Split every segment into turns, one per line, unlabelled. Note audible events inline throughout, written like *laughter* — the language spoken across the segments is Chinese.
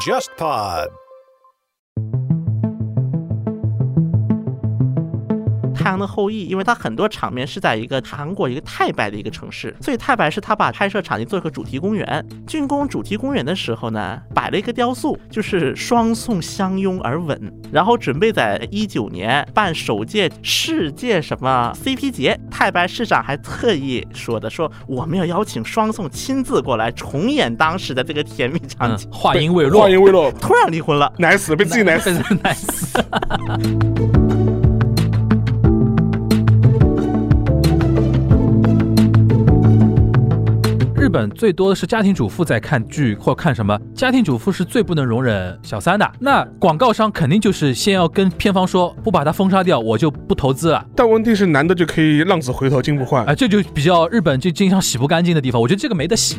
JustPod。
太阳的后裔，因为它很多场面是在一个韩国一个太白的一个城市，所以太白是他把拍摄场地做一个主题公园。竣工主题公园的时候呢，摆了一个雕塑，就是双宋相拥而吻，然后准备在一九年办首届世界什么 CP 节。太白市长还特意说的，说我们要邀请双宋亲自过来重演当时的这个甜蜜场
嗯
景。，
话音未落
啊话，音未落，
*laughs* 突然离婚了。
奶
*laughs*
死，被自己奶死。
被人奶死。日本最多的是家庭主妇在看剧或看什么，家庭主妇是最不能容忍小三的。那广告商肯定就是先要跟片方说，不把它封杀掉，我就不投资了。
但问题是，男的就可以浪子回头金不换
啊、。这就比较日本就经常洗不干净的地方，我觉得这个没得洗。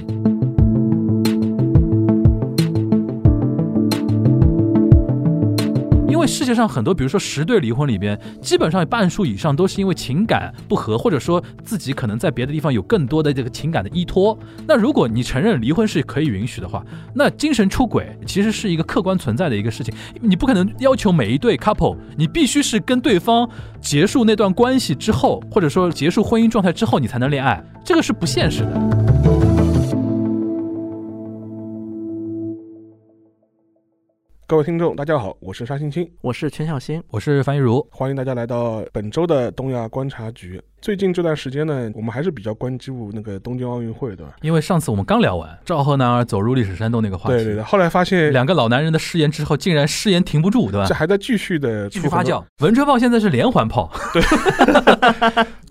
因为世界上很多，比如说十对离婚里边，基本上有半数以上都是因为情感不和，或者说自己可能在别的地方有更多的这个情感的依托。那如果你承认离婚是可以允许的话，那精神出轨其实是一个客观存在的一个事情，你不可能要求每一对 couple，你必须是跟对方结束那段关系之后，或者说结束婚姻状态之后，你才能恋爱，这个是不现实的。
各位听众，大家好，我是沙青青，
我是全小新，
我是樊玉茹，
欢迎大家来到本周的东亚观察局。最近这段时间呢，我们还是比较关注那个东京奥运会，对吧？
因为上次我们刚聊完赵贺男儿走入历史山洞那个话题，
对对对。后来发现
两个老男人的誓言之后，竟然誓言停不住，对吧
这？还在继续的
继续发酵，，文春炮现在是连环炮，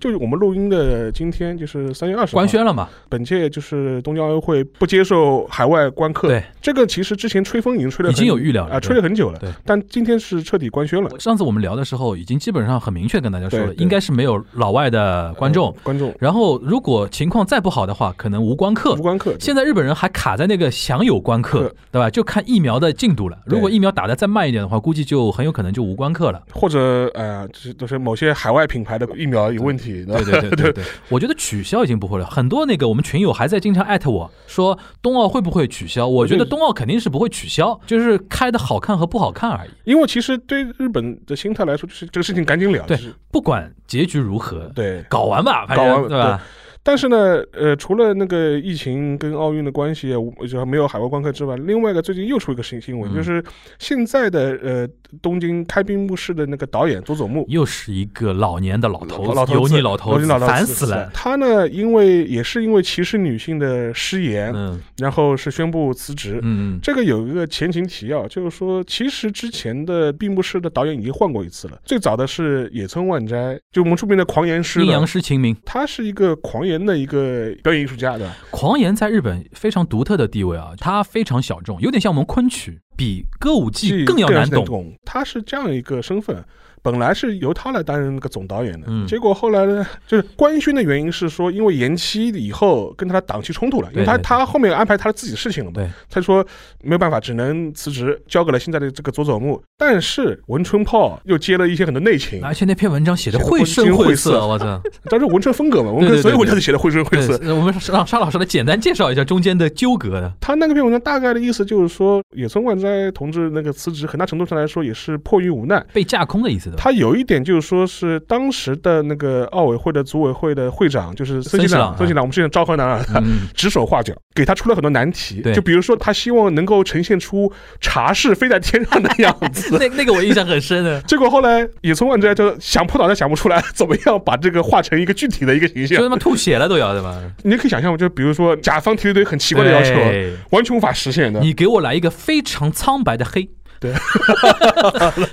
就是我们录音的今天，就是三月二十，
官宣了嘛？
本届就是东京奥运会不接受海外观客，
对，
这个其实之前吹风已经吹了
已
很，
经有预料了
啊，吹了很久了
对，
但今天是彻底官宣了，
上次我们聊的时候，已经基本上很明确跟大家说了，
对对
应该是没有老外的观众
呃。观众
然后，如果情况再不好的话，可能无观客
无。观客，
现在日本人还卡在那个享有观客
客，
对吧？就看疫苗的进度了。
对
如果疫苗打得再慢一点的话，估计就很有可能就无观客了。
或者呃，就是都是某些海外品牌的疫苗有问题， *laughs* 对
对对对对对，我觉得取消已经不会了。很多那个我们群友还在经常艾特我说冬奥会不会取消？我觉得冬奥肯定是不会取消，就是开的好看和不好看而已。
因为其实对日本的心态来说，就是这个事情赶紧了，
对
就是
不管结局如何，
对。
搞完吧，反
搞
正
完
对吧？
但是呢，呃，除了那个疫情跟奥运的关系，我就没有海外观客之外，另外一个最近又出一个新新闻，
嗯
就是现在的呃东京开闭幕式的那个导演佐佐木，
又是一个老年的老头
老
子，
头
油
子
腻老头
油腻
子
老，头子
烦死了。
他呢，因为也是因为歧视女性的失言，
嗯
然后是宣布辞职。
嗯嗯，
这个有一个前情提要，就是说，其实之前的闭幕式的导演已经换过一次了。最早的是野村万斋，就我们著名的狂言师
阴
了
阳师秦明，
他是一个狂言的一个表演艺术家，对吧？
狂言在日本非常独特的地位啊，它非常小众，有点像我们昆曲，比歌舞伎更要难懂。
懂。他是这样一个身份，本来是由他来担任那个总导演的，
嗯
结果后来呢，就是官宣的原因是说，因为延期以后跟他的档期冲突了，因为他
对对对
他后面安排他自己的事情了嘛，
对，
他说没有办法，只能辞职，交给了现在的这个佐佐木。但是文春炮又接了一些很多内情，
而且那篇文章写的
写得
绘声
浑身
绘
晦涩
色，我
*laughs*
操！
但是文春风格嘛，文
对
春
对
所以
对对
文章就写的绘声绘色。
对，我们让沙老师来简单介绍一下中间的纠葛的。
他那个篇文章大概的意思就是说，野村万斋同志那个辞职，很大程度上来说也是迫于无奈。
被架空的意思的。
他有一点就是说是当时的那个奥委会的组委会的会长，就是森喜朗，森
森
喜
喜
朗，我们之前昭和男儿。
啊嗯，
指手画脚，给他出了很多难题。
对
就比如说，他希望能够呈现出茶是飞在天上的样
*laughs*
子。
那那个我印象很深的
*laughs* ，结果后来野村万斋就想破脑袋想不出来，怎么样把这个画成一个具体的一个形
就
象
他。妈吐血了都要对吧？哎
你可以想象吗，就比如说甲方提了一堆很奇怪的要求，
对
完全无法实现的，
哎你给我来一个非常苍白的黑，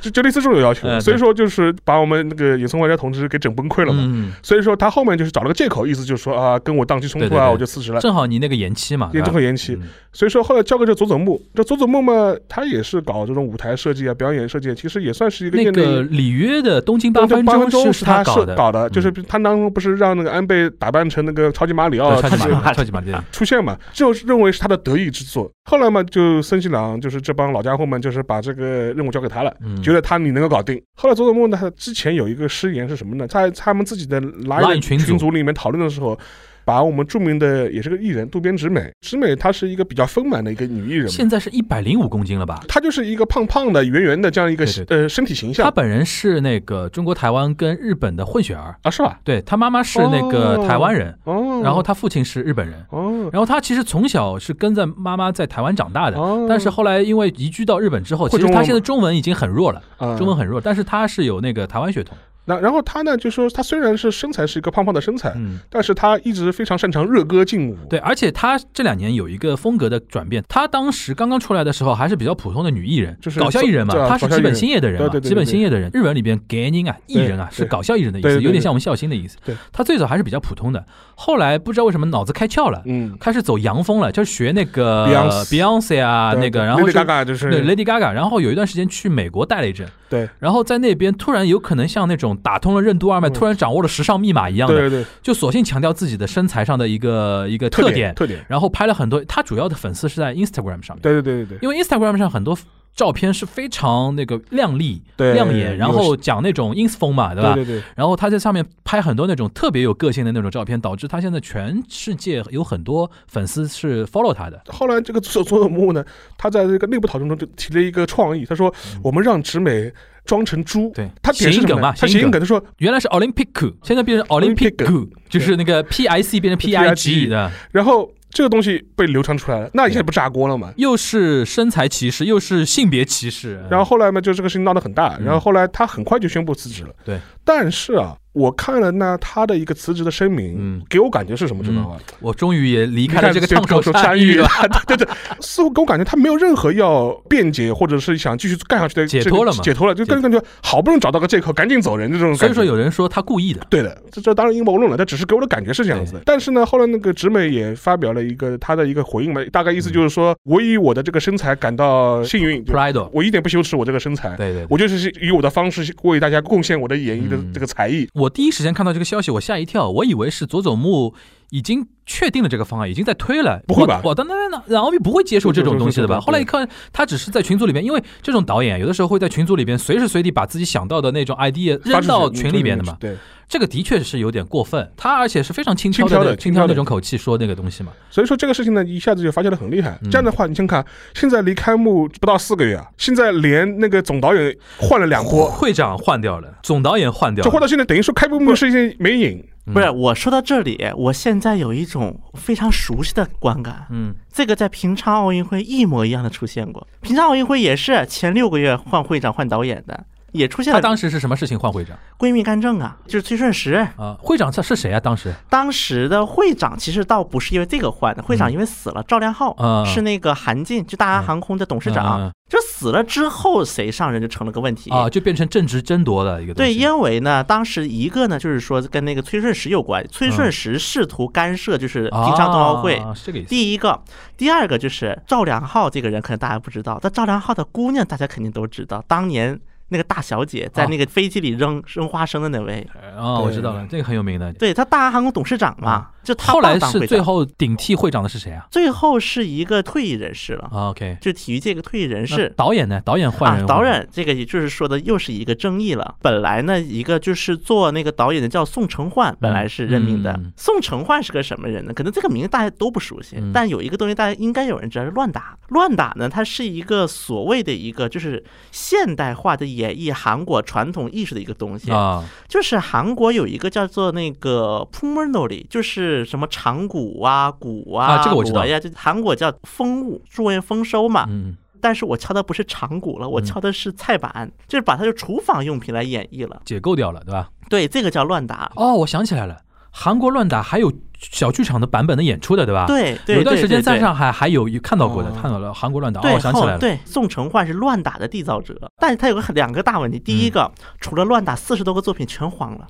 就就类似这种要求。
嗯对
所以说，就是把我们那个野村万斋同志给整崩溃了嘛。
嗯，
所以说他后面就是找了个借口，意思就是说啊，跟我档期冲突啊，
对对对
我就辞职了。
正好你那个延期嘛，
也
对吧
正好延期，
嗯
所以说后来交给这佐佐木，这佐佐木嘛，他也是搞这种舞台设计啊、表演设计，其实也算是一个
那
业内
个里约的东京八
当中
分
八分钟
是
是
是
他
搞
设
的，
搞的，就是
嗯
他当中不是让那个安倍打扮成那个超级马里奥啊
对超级马
哦他是
里
他
*laughs*
奥，
是
超级马里奥，
出现嘛，就是认为是他的得意之作。后来嘛，就森喜朗就是这帮老家伙们，就是把这个任务交给他了。
嗯，
觉得他你能够搞定。后来佐佐木呢，他之前有一个失言是什么呢？在他们自己的
Line 群组
群组里面讨论的时候，把我们著名的也是个艺人渡边直美，直美她是一个比较丰满的一个女艺人嘛，
现在是一百零五公斤了吧？
她就是一个胖胖的、圆圆的这样一个
对对
呃身体形
他
象
本人是那个中国台湾跟日本的混血儿，
啊，是吧？
对他妈妈是那个
哦
台湾人，
哦，
然后他父亲是日本人。
哦，
然后他其实从小是跟着妈妈在台湾长大的，
哦
但是后来因为移居到日本之后，
会
其实
中文
他
吗
现在中文已经很弱了，
啊
中文很弱，但是他是有那个台湾血统，
那然后她呢，就说她虽然是身材是一个胖胖的身材，
嗯，
但是她一直非常擅长热歌劲舞。
对，而且他这两年有一个风格的转变，他当时刚刚出来的时候还是比较普通的女艺人，
就是
搞笑艺人嘛，
对啊
他是
搞
基
笑艺
本
人
兴业的人嘛，
对对对
基本
对
兴业的人，日文里边 “ganin” 啊，艺
对
人啊是
对
搞笑艺人的意
对
思，
对对
有点像我们孝心的意思
对。
他最早还是比较普通的，后来不知道为什么脑子开窍了，
嗯，
开始走洋风了，就是学那个
Beyonce
Beyonce 啊，
对
那个，
对
然后
Lady
是
Gaga 就是
对 Lady Gaga，然后有一段时间去美国待了一阵，
对
然后在那边突然有可能像那种打通了任督二脉，
嗯
突然掌握了时尚密码一样的，
对对，
就索性强调自己的身材上的一个一个特
特
点，
特点，
然后拍了很多。他主要的粉丝是在 Instagram 上面，
对对对对对，
因为 Instagram 上很多照片是非常那个靓丽、
对
亮眼，然后讲那种 ins 风嘛，对吧？
对对对，
然后他在上面拍很多那种特别有个性的那种照片，导致他现在全世界有很多粉丝是 follow 他的。
后来这个佐佐佐木呢，他在这个内部讨论中就提了一个创意，他说我们让直美装成猪，
嗯对
他解释
谐音
什
梗
么
嘛
呢？他
谐
谐
音
音
梗
梗，他说，
原来是 Olympic，现在变成
Olympic
Olympic，就是那个 P I C 变成 P I G 的，
然后这个东西被流传出来了，那一下不炸锅了嘛？
又是身材歧视，又是性别歧视。
然后后来嘛，就这个事情闹得很大，
嗯
然后后来他很快就宣布辞职了。
对，
但是啊，我看了那他的一个辞职的声明
嗯，
给我感觉是什么，知道吗？
我终于也离开了这个烫手
手
山
芋
芋啊了。，
*laughs* 对对对，似乎给我感觉他没有任何要辩解或者是想继续干下去的
解
这个
脱了嘛
解脱了，就跟感觉好不容易找到个借口，赶紧走人这种感觉。
所以说有人说他故意的，
对的，这这当然阴谋论了，但只是给我的感觉是这样子的。但是呢，后来那个直美也发表了一个她的一个回应嘛，大概意思就是
嗯
说，我以我的这个身材感到幸运，就
Pride，
我一点不羞耻我这个身材，
对对对。
我就是以我的方式为大家贡献我的演绎的
嗯
这个才艺。
我第一时间看到这个消息，我吓一跳，我以为是佐佐木已经确定了这个方案，已经在推了。
不会吧嗯
我我当然然然后你不会接受这种东西的吧？
对对对对对
后来一看，他只是在群组里边，因为这种导演啊有的时候会在群组里边随时随地把自己想到的那种 idea
发
扔
出去
到群里边的嘛。
对，
这个的确是有点过分，他而且是非常轻佻
轻佻
的
的
那轻
轻佻的
佻那种口气说那个东西嘛。
所以说这个事情呢，一下子就发酵的很厉害。
嗯
这样的话，你先看，现在离开幕不到四个月啊，现在连那个总导演换了两波，
会长换掉
嗯
了，总导演换掉
就换
了，
到现在，等于说开幕是一件没影。
嗯
不是，我说到这里，我现在有一种非常熟悉的观感，
嗯，
这个在平昌奥运会一模一样的出现过。平昌奥运会也是前六个月换会长换导演的，也出现
他
了
啊当时是什么事情换会长
闺蜜干政啊，就是崔顺实。
啊？会长他是谁啊？当时
当时的会长其实倒不是因为这个换的，会长因为死了，赵亮浩、
嗯啊
是那个韩进，就大韩航空的董事
啊
长，啊
嗯
就死了之后谁上任就成了个问题
啊，就变成政治争夺的一个东
对，
西。
因为呢，当时一个呢，就是说跟那个崔顺实有关，崔
嗯
顺实试图干涉就是平昌冬奥会，
啊啊、是这个意思。
第一个，第二个就是赵良浩这个人，可能大家不知道，但赵良浩的姑娘大家肯定都知道，当年那个大小姐在那个飞机里扔、扔花生的那位，
啊，我知道了，这个很有名的。
对他大韩航空董事长嘛，就他
后
爸
来
当
是
会
最
长，
后顶替会长的是谁啊？
最后是一个退役人士了，
啊，OK，
就体育界一个退役人
那
士。
导演呢？导演换人、
啊，导。演这个也就是说的又是一个争议了。本来呢，一个就是做那个导演的叫宋承焕，本来是任命的。
嗯
宋承焕是个什么人呢？可能这个名字大家都不熟悉，
嗯
但有一个东西大家应该有人知道，是乱打。乱打呢，它是一个所谓的一个就是现代化的演绎韩国传统艺术的一个东西。
啊，
就是韩国有一个叫做那个 p u m e r n o l i 就是什么长鼓啊、鼓啊、
啊这个我知道
锣呀，就韩国叫风物，中文丰收嘛。
嗯，
但是我敲的不是长鼓了，我
嗯
敲的是菜板，就是把它的厨房用品来演绎了。
解构掉了，对吧？
对，这个叫乱打。
哦，我想起来了，韩国乱打还有小剧场的版本的演出的，对吧？。
对对，
啊有段时间
对
在
对
上海还有有看到过的，
哦
看到了韩国乱打。哦，
对
我想起
后
来了。
对宋承焕是乱打的缔造者，但是他有个很两个大问题，第一个、
嗯
除了乱打四十多个作品全黄了，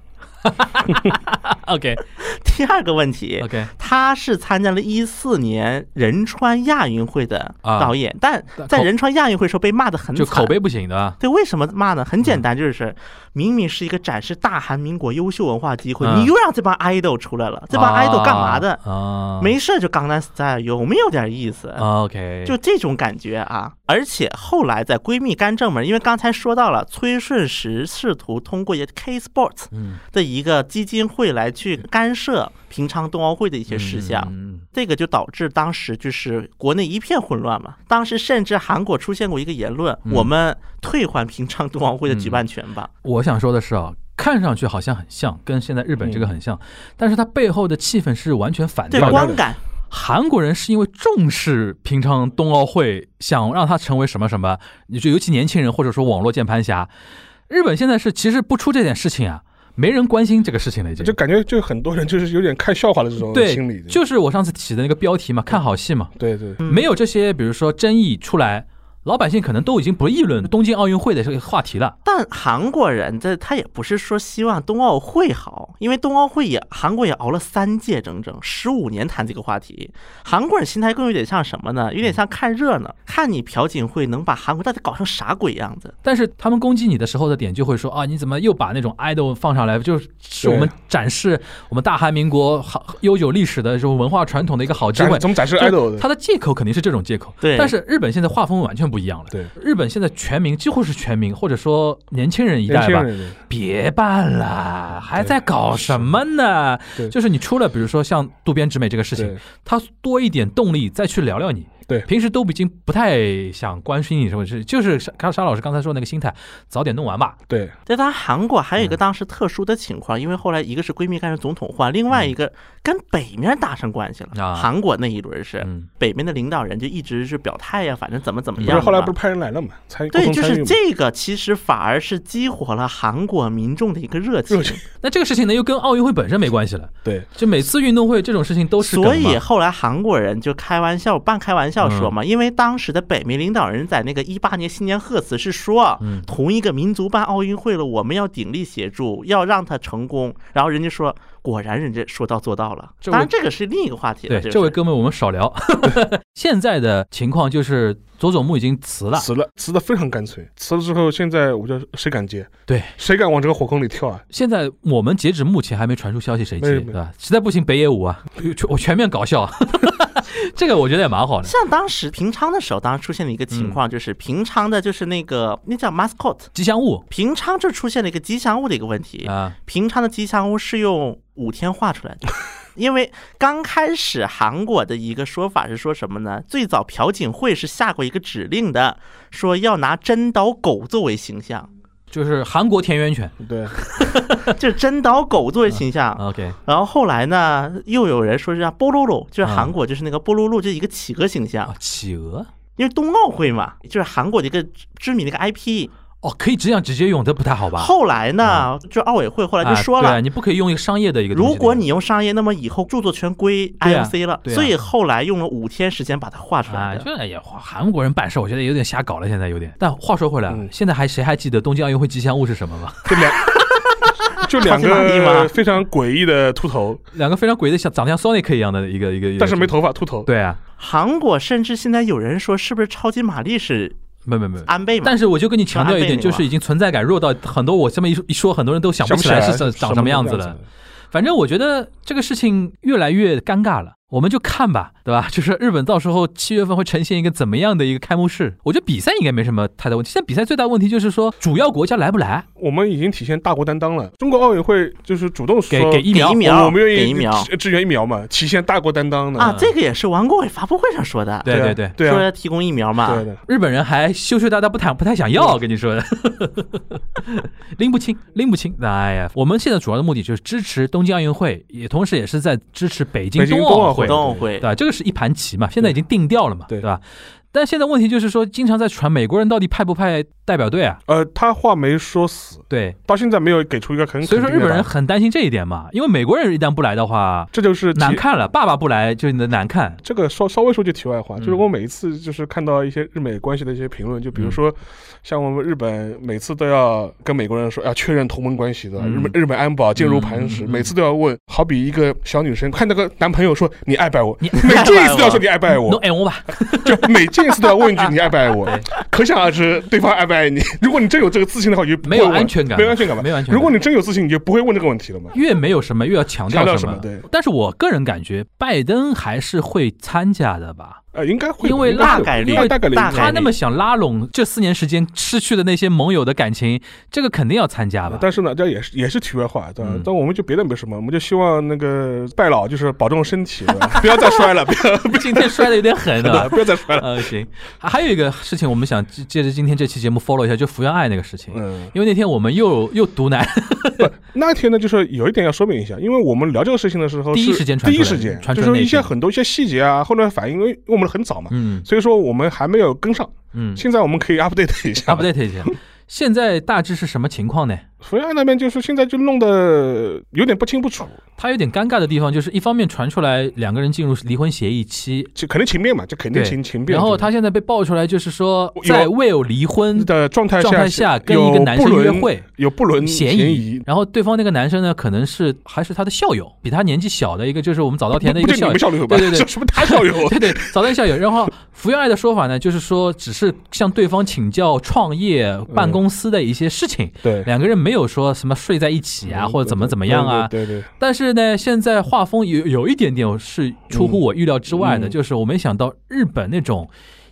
OK
第二个问题。
OK，
他是参加了一四年仁川亚运会的
啊
导演，但
但
在
口
仁川亚运会时候被骂的很
就
惨，
口碑不行的啊。
对，为什么骂呢？很简
嗯
单，就是明明是一个展示大韩民国优秀文化机会，
嗯
你又让这帮 idol 出来了，这帮 idol 干嘛的？
啊，
没事就刚 s 在有没有点意思？
啊 OK，
就这种感觉啊！而且后来在闺蜜干正门，因为刚才说到了崔顺实试图通过一个 K Sports
嗯
的一个基金会来来去干涉平常冬奥会的一些事项。
嗯
这个就导致当时就是国内一片混乱嘛。当时甚至韩国出现过一个言论，
嗯
我们退还平昌冬奥会的举办权吧。
我想说的是啊，看上去好像很像，跟现在日本这个很像，但是它背后的气氛是完全反
对
调的。
观感，
韩国人是因为重视平昌冬奥会，想让它成为什么什么，你就尤其年轻人或者说网络键盘侠。日本现在是其实不出这点事情啊，没人关心这个事情了已经
就。感觉就很多人就是有点看笑话的这种
对
心理的，
就是我上次起的那个标题嘛，看好戏嘛，
对对，
嗯
没有这些比如说争议出来，老百姓可能都已经不议论东京奥运会的这个话题了。
但韩国人这他也不是说希望冬奥会好，因为冬奥会也韩国也熬了三届整整十五年谈这个话题。韩国人心态更有点像什么呢？有点像看热闹，看你朴槿惠能把韩国到底搞成啥鬼样子。
但是他们攻击你的时候的点就会说啊，你怎么又把那种 idol 放上来？就是我们展示我们大韩民国好悠久历史的这种文化传统的一个好机
展
会。
怎么展示
就
idol 的？
他的借口肯定是这种借口，
对
但是日本现在画风完全不一样了。
对，
日本现在全民几乎是全民，或者说年轻人一
年
代
轻
吧，
人的
别办了，还在搞什么呢
对？
就是你出了，比如说像渡边直美这个事情
对，，
他多一点动力再去聊聊你。
对
平时都已经不太想关心你什么事，就是沙沙老师刚才说那个心态，早点弄完吧。
对
在他韩国还有一
嗯
个当时特殊的情况，因为后来一个是闺蜜干成总统换，另外一
嗯
个跟北面搭上关系了。
啊
韩国那一轮是
嗯，
北面的领导人就一直是表态呀、反正怎么怎么
不
样
是
嘛。
后来不是派人来了嘛，参与共
对，
同
就
参与
是
嘛，
这个，其实反而是激活了韩国民众的一个热情
热。情
那这个事情呢又跟奥运会本身没关系了，
对
就每次运动会这种事情都是梗嘛
所
啊
以后来韩国人就开玩笑，半开玩笑说
嗯
嘛，因为当时的北明领导人在那个一八年新年贺词是说，
嗯
同一个民族办奥运会了，我们要鼎力协助，要让它成功。然后人家说，果然人家说到做到了。
这位
当然这个是另一个话题了。
对
个
这位
是
哥们我们少聊。 *laughs* 现在的情况就是佐佐木已经辞了，
辞了，辞的非常干脆，辞了之后，现在我就谁敢接？
对，
谁敢往这个火坑里跳啊？
现在我们截止目前还没传出消息谁
没
接，
有
对吧？实在不行北野武啊，全我全面搞笑， *laughs* 这个我觉得也蛮好的。
像当时平昌的时候，当时出现了一个情况，就是平昌的，就是那个那叫 mascot，
吉祥物
平昌就出现了一个吉祥物的一个问题。
啊，
平常的吉祥物是用五天画出来
*laughs*
的，因为刚开始韩国的一个说法是说什么呢？最早朴槿惠是下过一个指令的，说要拿真岛狗作为形象，
就是韩国田园犬。
对，
就是真岛狗作为形
啊
象。
OK，
然后后来呢，又有人说是让波露露，就是韩
嗯
国就是那个波露露，就是一个企鹅形象
啊，，企鹅
因为冬奥会嘛，就是韩国的一个知知名的一个 IP。
哦，可以这样直接用，这不太好吧？嗯
后来呢，就奥委会后来就说
啊对
了
啊，，你不可以用一个商业的一个东西。
如果你用商业，那么以后著作权归
对啊
IOC 了，
对啊
所以后来用了五天时间把它画出
啊，
来的。
就也韩国人办事，我觉得有点瞎搞了，现在有点。但话说回来，啊
嗯
现在还谁还记得东京奥运会吉祥物是什么吗？ *laughs*
就两就两
超级玛丽吗
个非常诡异的秃头，
两个非常鬼的，像长得像 Sonic 一样的一个一个，一个
但是没。头发，秃头。
对啊，
韩国甚至现在有人说，是不是超级玛丽是
没没没。
安倍嘛？
但是我就跟你强调一点，
就
就
安倍那个
是已经存在感弱到很多，我这么一说一说，很多人都想不
想
起
来
来是长长什么样子
啊
了。。反正我觉得这个事情越来越尴尬了，我们就看吧，对吧？ *laughs* 就是日本到时候七月份会呈现一个怎么样的一个开幕式？我觉得比赛应该没什么太大问题。现在比赛最大问题就是说主要国家来不来，
我们已经体现大国担当了。中国奥委会就是主动说
给给疫
给
苗
疫。苗，
我们愿
给
意
疫苗
支支援疫苗嘛，体现大国担当的
啊，这个也是王国伟发布会上说的，
对
对
对
啊
嗯对，
对
说
啊
要提供疫苗嘛。
对的，
日本人还羞羞答答不谈，不太想要，跟你说 *laughs* 的，拎不清，拎不清。哎呀，我们现在主要的目的就是支持东京奥运会，也同时也是在支持北京
北京
冬
冬
奥
奥
会
会
冬奥会
对，吧？这个是一盘棋嘛，现在已经定掉了嘛，
对
吧？但现在问题就是说，经常在传美国人到底派不派代表队啊？
呃，他话没说死，
对，
到现在没有给出一个很
所以说
肯
日
定的
本人
答案
很担心这一点嘛，因为美国人一旦不来的话，
这就是
难
体
看了，爸爸不来就难看。
这个稍稍微说句题外话，就是
嗯
我每一次就是看到一些日美关系的一些评论，就比如说，像我们日本每次都要跟美国人说要确认同盟关系的，
嗯
日本日本安保坚如磐石，
嗯嗯嗯
每次都要问，好比一个小女生看那个男朋友说你爱不
*laughs*
爱我， *laughs*
你
每这一次都要说
你
你爱不爱
*laughs* 弄
我，
哎我吧，
就每这一次都要问一句你爱不爱我
对，
可想而知对方爱不爱你。如果你真有这个自信的话，你就不
没
会
有
问
安全感，
没有安全感吧？
没有安全感。
如果你真有自信，你就不会问这个问题了嘛。
越没有什么，越要强调
强调
什
什
么。
么对
但是我个人感觉，拜登还是会参加的吧？
呃，应该会吧，
因为
应该会
大概率
因为大概率应该
大概
会
他那么想拉拢这四年时间失去的那些盟友的感情，这个肯定要参加吧？
但是呢，这也是也是题外话，对
啊
吧？
嗯
但我们就别的没什么，我们就希望那个拜老就是保重身体，对吧
*laughs*
不要再摔了，不要
今天摔的有点狠
*laughs* 对
啊。
不要再摔了。
呃，行，还还有一个事情，我们想借借着今天这期节目 follow 一下，就福原爱那个事情，
嗯，
因为那天我们又又毒
*laughs*
奶，
那天呢，就是有一点要说明一下，因为我们聊这个事情的时候是，
第一时间传
第
出来
一时间，
传出
就
来
是说
那
一些
天
很多一些细节啊，后来反应，因为我们很早嘛，
嗯
所以说我们还没有跟上。
嗯啊
现在我们可以 update 一下。
，update
*laughs*
一下，现在大致是什么情况呢？
福原爱那边就是现在就弄得有点不清不楚，
他有点尴尬的地方就是，一方面传出来两个人进入离婚协议期，
就肯定情变嘛，就肯定
对
情情变。
然后他现在被爆出来，就是说
有
在未有离婚
的状态
状态下跟一个男生约会，
有不伦
嫌
疑
疑，，然后对方那个男生呢，可能是还是他的校友，比他年纪小的一个，就是我们早稻田的一
不
个
不就你
校
们
友，
校友吧？
对对对
*laughs* 什么他校友
*laughs* 对对，早稻校友。然后福原爱的说法呢，就是说只是向对方请教创业办公司的一些事情，
对嗯
两个人没有说什么睡在一起啊，或者怎么怎么样啊。
对对对，
但是呢，现在画风有有一点点是出乎我预料之外的，
嗯
就是我没想到日本那种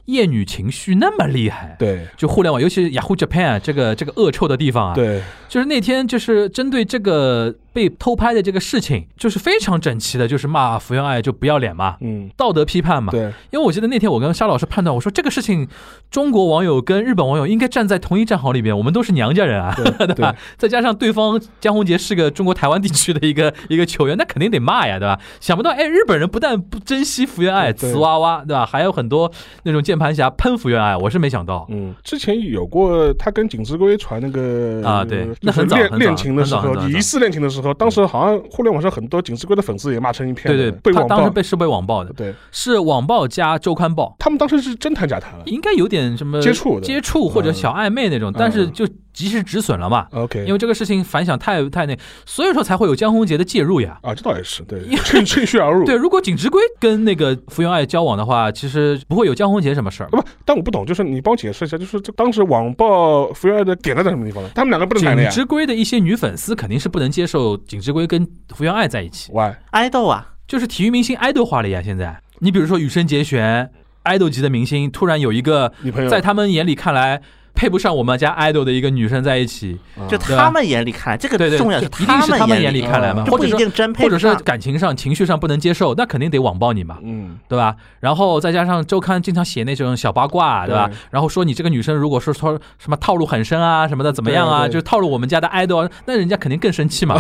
厌女情绪那么厉害。
对
就互联网，尤其是 Yahoo Japan 啊这个这个恶臭的地方啊，
对
就是那天就是针对这个被偷拍的这个事情，就是非常整齐的，就是骂福原爱就不要脸嘛，
嗯
道德批判嘛。
对，
因为我记得那天我跟沙老师判断，我说这个事情，中国网友跟日本网友应该站在同一战壕里边，我们都是娘家人啊，*laughs*
对
对吧？ *laughs* 再加上对方江宏杰是个中国台湾地区的一个一个球员，那肯定得骂呀，对吧？想不到，哎，日本人不但不珍惜福原爱、
对
瓷娃娃，对吧？还有很多那种键盘侠喷福原爱，我是没想到。
嗯，之前有过他跟景之圭传那个
啊对
就是
那很早很
恋
早
恋情的时候
很早很早，很早
疑似恋情的时候，当时好像互联网上很多景之圭的粉丝也骂成一片
对
的，
对，
被
他
网
当时
暴，
被是被网暴的，
对，
是网暴加周刊报，
他们当时是真谈假谈了
应该有点什么
接触的
接触或者小暧昧那种，但是
嗯
就及时止损了嘛，
，OK，
因为这个事情反响太太那，所以说才会有江宏杰的介入呀。
啊，这倒也是对
因，为
趁趁虚而
*laughs*
入，
对，如果景之圭跟那个福原爱交往的话，其实不会有江宏杰什么事儿嘛。
啊不，但我不懂，就是你帮我解释一下，就是这当时网暴福原爱的点在什么地方呢？他们两个不能谈恋
景
爱
之圭的一些女粉丝肯定是不能接受景之圭跟福原爱在一起，
，why？
爱豆啊，
就是体育明星爱豆化了呀。现在你比如说羽生结弦，爱豆级的明星，突然有一个
女朋友
在他们眼里看来配不上我们家爱豆的一个女生在一起，
啊
就
对
他
吧
们眼里看来，这个
对对
重要是
一定是他们眼
眼
里看来嘛，
就
或
不
者
一
说
定真配
或者
不
是
上。
感情上、情绪上不能接受，那肯定得网暴你嘛，
嗯，
对吧？然后再加上周刊经常写那种小八卦，对吧？
对
然后说你这个女生如果说说什么套路很深啊，什么的怎么样啊，
对对
就套路我们家的 idol，啊那人家肯定更生气
*laughs*
嘛，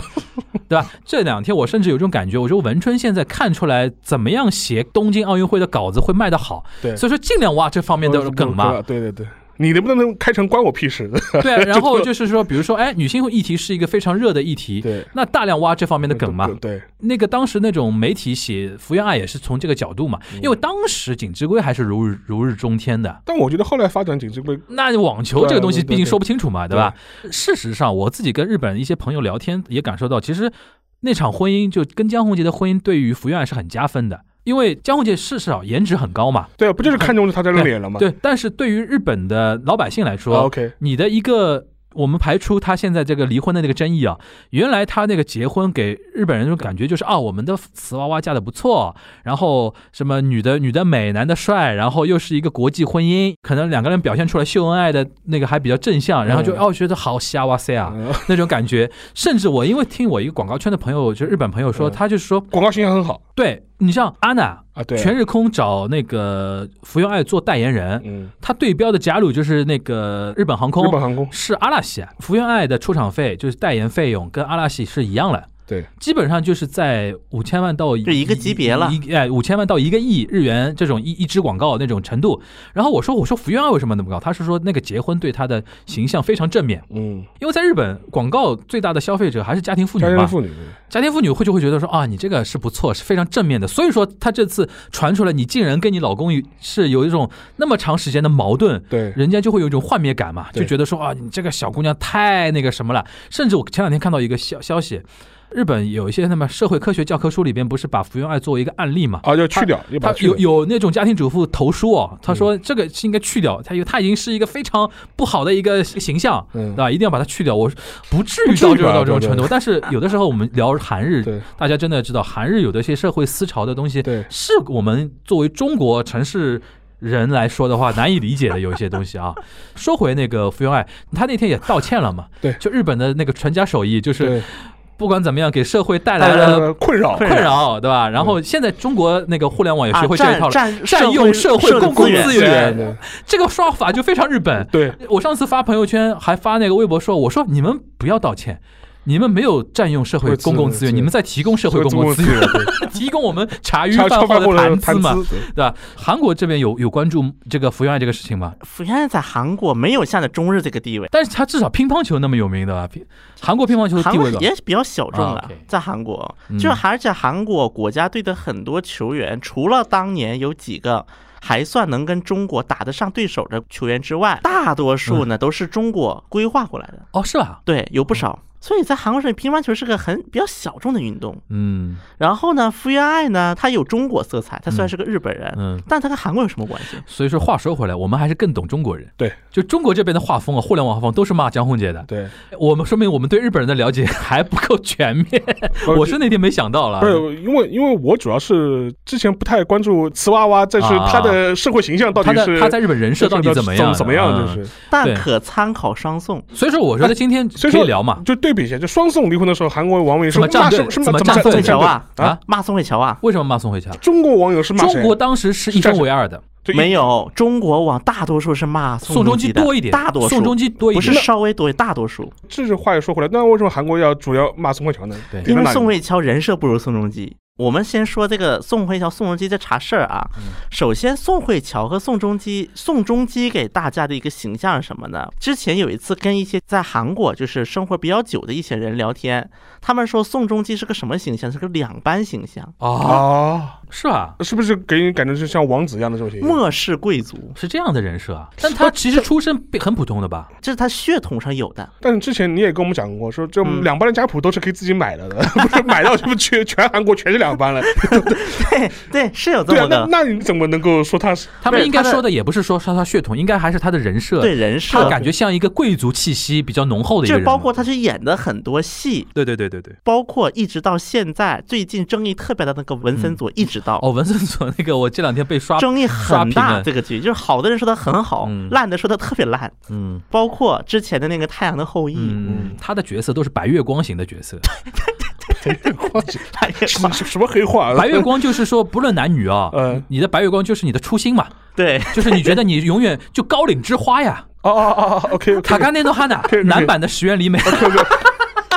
对吧？这两天我甚至有一种感觉，我觉得文春现在看出来怎么样写东京奥运会的稿子会卖得好，
对
所以说尽量挖这方面的梗嘛。
啊对对对，你能不能开成关我
*laughs*
屁事？ *laughs*
对啊，然后就是说，比如说，哎，女性议题是一个非常热的议题，
对
那大量挖这方面的梗嘛。
对，
那个当时那种媒体写福原爱也是从这个角度嘛，因为当时景之圭还是如日如日中天的。
但我觉得后来发展景之圭，
那网球这个东西毕竟说不清楚嘛，
对
对吧？事实上，我自己跟日本一些朋友聊天也感受到，其实那场婚姻就跟江宏杰的婚姻对于福原爱是很加分的，因为江宏杰事实上颜值很高嘛，
对，啊不就是看中他这张脸了吗？
对。但是对于日本的老百姓来
啊
说，
，OK，
你的一个。我们排除他现在这个离婚的那个争议啊，原来他那个结婚给日本人那种感觉就是啊，我们的瓷娃娃嫁的不错，然后什么女的女的美，男的帅，然后又是一个国际婚姻，可能两个人表现出来秀恩爱的那个还比较正向，然后就
嗯
哦觉得好瞎哇塞啊
嗯
那种感觉，甚至我因为听我一个广告圈的朋友，就日本朋友说，
嗯
他就是说，
广告形象很好
对你像安娜
啊，对，
全日空找那个福原爱做代言人，
嗯，
他对标的假鲁就是那个日本航空
日，本航空，
是阿拉西啊，福原爱的出场费就是代言费用跟阿拉西是一样的，
对，
基本上就是在五千万到
就一个级别了
一哎五千万到一个亿日元这种一一支广告那种程度。然后我说我说福原爱为什么那么高？他是说那个结婚对他的形象非常正面，
嗯，
因为在日本广告最大的消费者嗯还是家庭妇女
家庭
嘛，
妇女，
家庭妇女会就会觉得说啊你这个是不错，是非常正面的。所以说他这次传出来你竟然跟你老公有是有一种那么长时间的矛盾，
对，
人家就会有一种幻灭感嘛，
对
就觉得说啊，你这个小姑娘太那个什么了。甚至我前两天看到一个消消息，日本有一些那么社会科学教科书里边不是把福原爱作为一个案例嘛？
啊，要去掉，要把
他
它去嗯
有
掉。
有那种家庭主妇投诉哦，他说这个是应该去掉，他有他已经是一个非常不好的一个形象，
嗯
对吧？一定要把它去掉。我不至于
不至
到
于
这种
吧
到这种程
对
度，但是有的时候我们聊韩日
对，
大家真的知道韩日有的一些社会思潮的东西，
对
是我们作为中国城市。人来说的话，难以理解的有一些东西啊。 *laughs* 说回那个福原爱，她那天也道歉了嘛。
对
就日本的那个传家手艺，就是
对，
不管怎么样，给社会带来
带来
了
了困扰，
困扰，对吧？然后现在中国那个互联网也
啊
学会这一套
占
了，
占
占用社会
社
公共
资源
资
对
源，哎
对
这个说法就非常日本。
对，
我上次发朋友圈还发那个微博说，我说你们不要道歉。你们没有占用社会公共资
对
源，你们在提供社会
社
公共资源，
源，对
*laughs* 提供我们茶 *laughs* 余
敲
饭
*laughs* 敲
后
饭
的
后的
谈资嘛，
对
对吧？韩国这边有有关注这个福原爱这个事情吗？
福原爱在韩国没有现在中日这个地位，
但是他至少乒乓球那么有名，对吧？乒韩国乒乓球的
韩
地
国
位吧，
也比较小众
啊
了
，OK，
在韩国
嗯
就是而且韩国国家队的很多球员，除了当年有几个。还算能跟中国打得上对手的球员之外，大多数
嗯
呢都是中国规划过来的，
哦，是吧？
对，有不
嗯
少。所以在韩国这里，乒乓球是个很比较小众的运动。
嗯
然后呢，福原爱呢，她有中国色彩，她虽然是个日本人，
嗯，
但她跟韩国有什么关系？
所以说话说回来，我们还是更懂中国人。
对，
就中国这边的画风啊，互联网画风都是骂江宏杰的。
对。
我们说明我们对日本人的了解还不够全面。
*laughs* 不
我是那天没想到了
呃不。是因为因为我主要是之前不太关注瓷娃娃，这是他的社会形象到
他
底
啊的
是
他在日本 *laughs* 人设到底怎么样？
怎么样就
嗯。
是。哎
但
对
可参考双宋。
所以说，我觉得今天
所以
可
说
以聊嘛。
就对比一下，就双宋离婚的时候，韩国网友
啊怎
说
么站
骂
队
什么什
怎么
怎么
站
站
队
队
宋慧乔啊
啊，
啊，
骂宋慧乔啊，
为什么骂宋慧乔？
中国网友是骂谁？
中国当时是一分为二的，
就一
没有中国网大多数是骂
宋
仲
仲基
的
多一点，
大多数
宋仲基多一
不
点，
是稍微多，大多数，
这是话又说回来，那为什么韩国要主要骂宋慧乔呢？
对
别
因
的
为
哪个
宋慧乔人设不如宋仲基。我们先说这个宋慧乔、宋仲基这茬事儿啊。首先，宋慧乔和宋仲基，宋仲基给大家的一个形象是什么呢？之前有一次跟一些在韩国就是生活比较久的一些人聊天，他们说宋仲基是个什么形象？是个两班形象，
啊，
啊，
是吧？
是不是给人感觉就像王子一样的这种形象？
末世贵族，
是这样的人设啊，但他其实出身很普通的吧？
这是他血统上有的。
但是之前你也跟我们讲过，说这
嗯
两班的家谱都是可以自己买的的，不是买到什么全 *laughs* 全韩国全是两班了？
对 *laughs* 对，是有这
对啊
么，
那
个
那你怎么能够说他是？
他们
对
应
他
该
的
说的也不是说说他血统，应该还是他的人设。
对人设
他，感觉像一个贵族气息比较浓厚的一
啊
个
就
人嘛，
包括他去演的很多戏，
对对对对对。
包括一直到现在最近争议特别大的那个文
嗯
森佐，一直到、
哦，文森佐那个，我这两天被刷，
争议
刷
很
屏
大。
了
这个剧就是好的人说它很好，
嗯
烂的说它特别烂，
嗯
包括之前的那个《太阳的后裔》 *laughs*
嗯，他的角色都是白月光型的角色，
它也
*laughs* 什么什么黑话？啊 *laughs*
白月光就是说不论男女啊，
嗯
你的白月光就是你的初心嘛， *laughs*
对，
就是你觉得你永远就高岭之花呀，
哦哦哦哦，OK
塔
OK
卡内诺哈娜，
对对
男版的石原里美，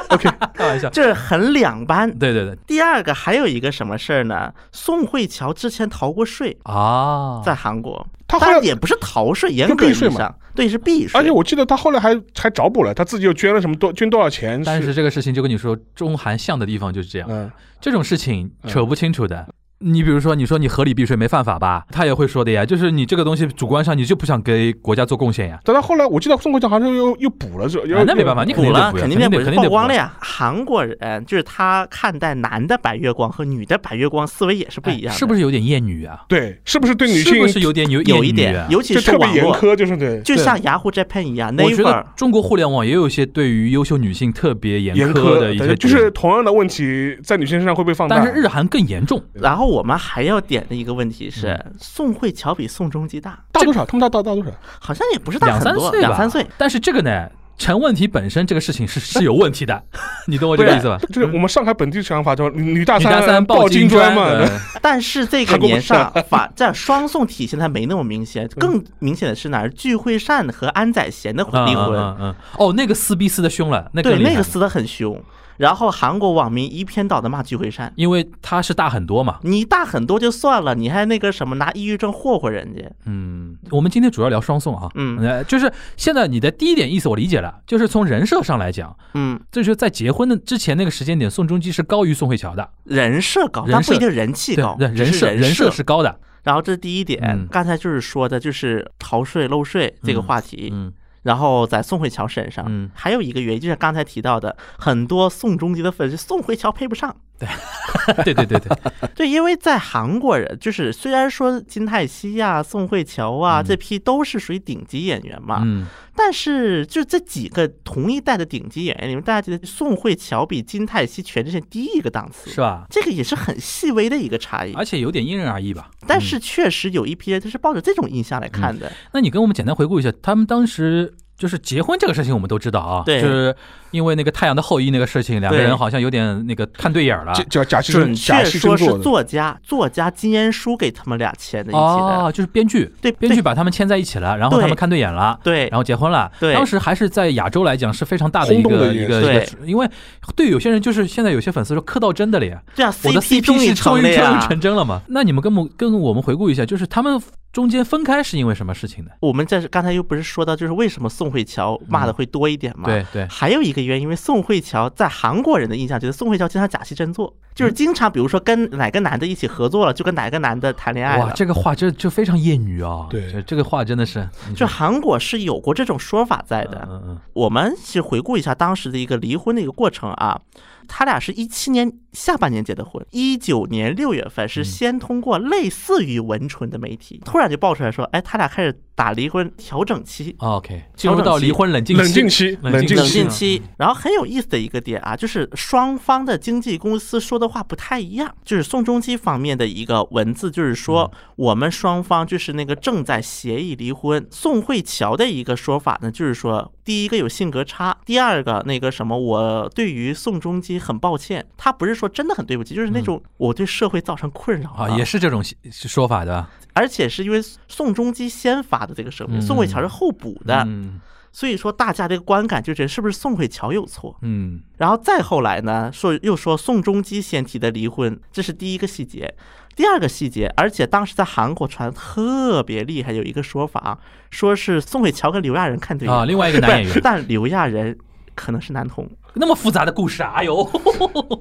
OK，
*laughs* 开玩笑，
就是很两般。
对对对
第二个还有一个什么事儿呢？宋慧乔之前逃过税，
啊，
在韩国，
哦她后
当
来
然也不是逃税，严格
就
意
避税
义
嘛
上对是避税，
而且我记得他后来还还找补了，他自己又捐了什么多捐多少钱？
但是这个事情就跟你说，中韩像的地方就是这样，
嗯，
这种事情
嗯
扯不清楚的。你比如说，你说你合理避税没犯法吧，他也会说的呀，就是你这个东西主观上你就不想给国家做贡献呀，
但他后来我记得宋慧乔好像又又补了，这
啊那没办法，你肯
补
定
了
得补呀，
肯定
得
得补，
肯定得
曝
补
光
呀
了呀。韩国人呃就是他看待男的白月光和女的白月光思维也是不一样的，
哎是不是有点厌女啊？
对，是不是对女
是
性
不是有点有
有
厌
一
女
点
啊，
尤其
就是特别
网
严
络，
苛？就是对，
就像 Yahoo Japan 一样
我
，Naver
觉得中国互联网也有一些对于优秀女性特别严
严
苛的一些决
对
定，
就是同样的问题在女性身上会被放大。
但是日韩更严重。
然后我们还要点的一个问题是，宋慧乔比宋仲基大，
大多少？他们大大大多少？
*laughs*
好像也不是大
两
很
三
多，
岁吧，
两三岁。。
但是这个呢，成问题本身这个事情是是有问题的， *laughs* 你懂我
啊
这个意思吧？
就是我们上海本地想法叫女女大
女大三
抱
金
砖嘛。
嘛，
*laughs* 但是这个
韩国不
年
是啊
上， *laughs* 法在双宋体现它没那么明显，更明显的是哪儿？具惠善和安宰贤的
嗯
离婚，
嗯嗯嗯，哦，那个撕逼撕的凶了，那更
对
厉害
那个，撕得很凶。然后韩国网民一篇倒的骂具惠善，
因为他是大很多嘛。
你大很多就算了，你还那个什么拿抑郁症霍霍人家，
嗯，我们今天主要聊双宋啊，
嗯
呃，就是现在你的第一点意思我理解了，就是从人设上来讲，
嗯，
这就是在结婚的之前那个时间点，宋仲基是高于宋慧乔的，
人设高，
人
但不
设
一定人气
对
高，，
人
只
人设
是人
设是高的，
然后这是第一点，
嗯
刚才就是说的，就是逃税漏税这个话题。
嗯，
然后再送回乔身上。
嗯
还有一个原因就是刚才提到的，很多宋仲基的粉丝宋慧乔配不
*laughs*
上，
嗯对对
*laughs*
对对，
对，因为在韩国人，就是虽然说金泰熙呀、宋慧乔啊、这批都是属于顶级演员嘛，
嗯，
但是就这几个同一代的顶级演员里面，大家觉得宋慧乔比金泰熙、全智贤低一个档次，
是吧？
这个也是很细微的一个差异。
而且有点因人而异吧。
但
嗯
是确实有一批人他是抱着这种印象来看的，
那你跟我们简单回顾一下，他们当时就是结婚这个事情，我们都知道啊，
对
就是因为那个《太阳的后裔》那个事情，两个
对
人好像有点那个看对眼儿了
假。假假戏
准
真
确
假戏
说
真做
是
的，
作家，作家金恩淑给他们俩签的一起的，
哦，就是编剧，
对
编剧把他们牵在一起了，然后
对
他们看对眼了。
对
然后结婚了，
哎对
当时还是在亚洲来讲是非常大的一
轰动
个
的一
一
件
个
事
一个
情，
因为对有些人就是现在有些粉丝说磕到真的了呀，
对啊
我的
CP 终
CP
于
是
成
终
了
于终于
呀。
成真了嘛？那你们跟我们跟我们回顾一下，就是他们中间分开是因为什么事情呢？
我们在刚才又不是说到，就是为什么宋慧乔骂的会多一点嘛？
嗯对对，
还有一个原因，因为宋慧乔在韩国人的印象，觉得宋慧乔经常假戏真做，就是经常比如说跟哪个男的一起合作了，就跟哪个男的谈恋爱
哇，
了。
这个话这就非常厌女啊！
对
这这个话真的是，你
就
说
韩国是有过这种说法在的。
嗯嗯
我们去回顾一下当时的一个离婚的一个过程啊，他俩是一七年下半年结的婚，一九年六月份
嗯
是先通过类似于文春的媒体，突然就爆出来说，哎，他俩开始打离婚调整期，
嗯，OK，进入到离婚冷静
冷静期
冷静
静
冷
期
静期。
嗯
然后很有意思的一个点啊，就是双方的经纪公司说的话不太一样。就是宋仲基方面的一个文字，就是说
嗯
我们双方就是那个正在协议离婚。宋慧乔的一个说法呢，就是说第一个有性格差，第二个那个什么，我对于宋仲基很抱歉，他不是说真的很对不起，就是那种我对社会造成困扰
嗯啊，
了
也是这种说法的，
而且是因为宋仲基先发的这个声明，
嗯
宋慧乔是后补的，
嗯
所以说大家这个观感就觉得是不是宋慧乔有错？
嗯
然后再后来呢，说又说宋仲基先提的离婚，这是第一个细节。第二个细节，而且当时在韩国传得特别厉害，有一个说法啊，说是宋慧乔跟刘亚仁看对眼，
啊，另外一个男演
不是 *laughs*
员，
但刘亚仁可能是男同，
那么复杂的故事，
*laughs*
哎呦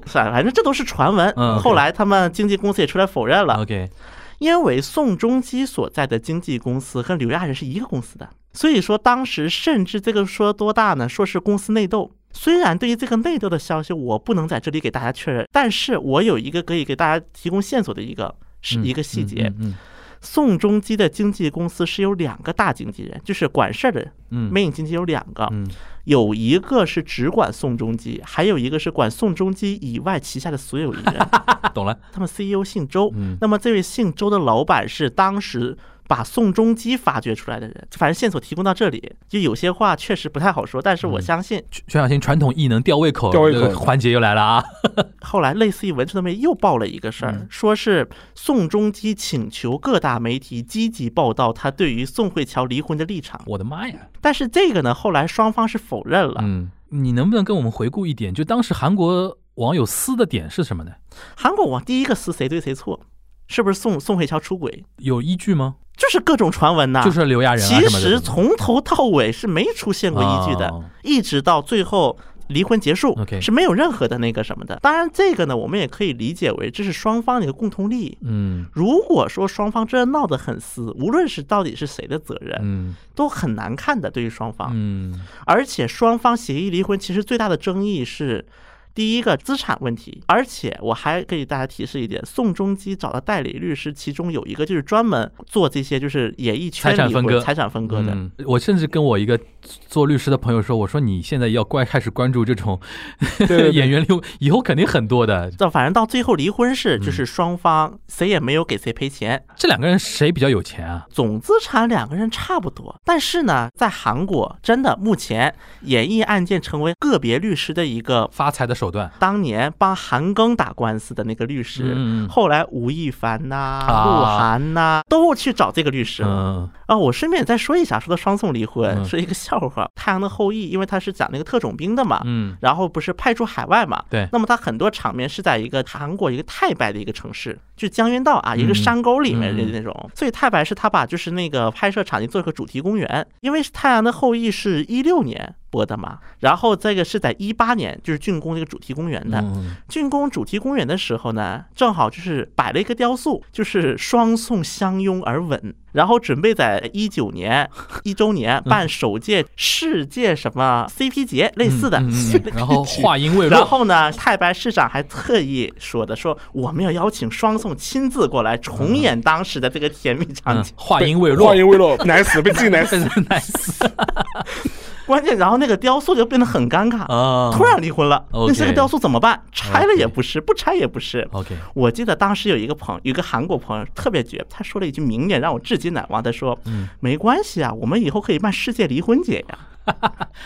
算了，反正这都是传闻。
嗯，OK
后来他们经纪公司也出来否认了，
，OK，
因为宋仲基所在的经纪公司跟刘亚仁是一个公司的，所以说当时甚至这个说多大呢？说是公司内斗。虽然对于这个内斗的消息，我不能在这里给大家确认，但是我有一个可以给大家提供线索的一个是
嗯
一个细节。
嗯
宋仲基的经纪公司是有两个大经纪人，就是管事儿的
嗯嗯
main 经纪有两个，
嗯
有一个是只管宋仲基，还有一个是管宋仲基以外旗下的所有艺人。
嗯，懂了，
他们 CEO 姓周，
嗯
那么这位姓周的老板是当时把宋仲基发掘出来的人，反正线索提供到这里，就有些话确实不太好说，但是我
嗯
相信
全小新传统异能吊胃口
吊胃口
这个环节又来了啊，
后来类似于文春的媒体又爆了一个事儿，
嗯
说是宋仲基请求各大媒体积极报道他对于宋慧乔离婚的立场，
我的妈呀，
但是这个呢，后来双方是否认了。
嗯，你能不能跟我们回顾一点，就当时韩国网友撕的点是什么呢？
韩国网第一个撕谁对谁错，是不是宋宋慧乔出轨？
有依据吗？
就是各种传闻呐、
就是刘亚仁啊
其
什么的，
实从头到尾是没出现过依据的，
哦
一直到最后离婚结束
OK
是没有任何的那个什么的。当然，这个呢，我们也可以理解为这是双方的一个共同利益。
嗯
如果说双方真的闹得很撕，无论是到底是谁的责任，
嗯
都很难看的。对于啊双方，
嗯
而且双方协议离婚，其实最大的争议是。第一个资产问题，而且我还给大家提示一点，宋仲基找的代理律师，其中有一个就是专门做这些就是演艺圈
财产
离
分
婚
割
财产分割的，
嗯。我甚至跟我一个做律师的朋友说，我说你现在要关开始关注这种
对
*laughs*
对
演员流，以后肯定很多的。
到反正到最后离婚是
嗯
就是双方谁也没有给谁赔钱，
这两个人谁比较有钱啊？
总资产两个人差不多。但是呢，在韩国真的目前演艺案件成为个别律师的一个。
发财的手段
当年帮韩庚打官司的那个律师，
嗯嗯嗯
后来吴亦凡呐、
啊
鹿晗呐都去找这个律师了。
嗯
啊，我顺便再说一下，说到双宋离婚、
嗯
是一个笑话，《太阳的后裔》，因为他是讲那个特种兵的嘛，
嗯
然后不是派驻海外嘛？
对
那么它很多场面是在一个韩国一个太白的一个城市，就江原道
嗯
啊，一个山沟里面的那种。所以太白是他把就是那个拍摄场地做一个主题公园，因为《太阳的后裔》是一六年播的嘛，然后这个是在一八年就是竣工这个主题公园的。
嗯，
竣工主题公园的时候呢，正好就是摆了一个雕塑，就是双宋相拥而吻。然后准备在一九年一周年办首届世界什么 CP 节类似的。*laughs*
嗯嗯嗯然后话音 *laughs* 未
然
落，
后呢，太白市长还特意说的，说我们要邀请双宋亲自过来重演当时的这个甜蜜场
嗯
景。
话音未落
话，音未落， *laughs* 奶死，被自己奶
*laughs*
死。
真是 nice
关键，然后那个雕塑就变得很尴尬，
啊！
突然离婚了，
OK 哦
那这个雕塑怎么办？拆了也不是，不拆也不是。
，OK，
我记得当时有一个朋友，有一个韩国朋友特别绝，他说了一句名言，让我至今难忘。他说：“
嗯
没关系啊，我们以后可以办世界离婚节呀。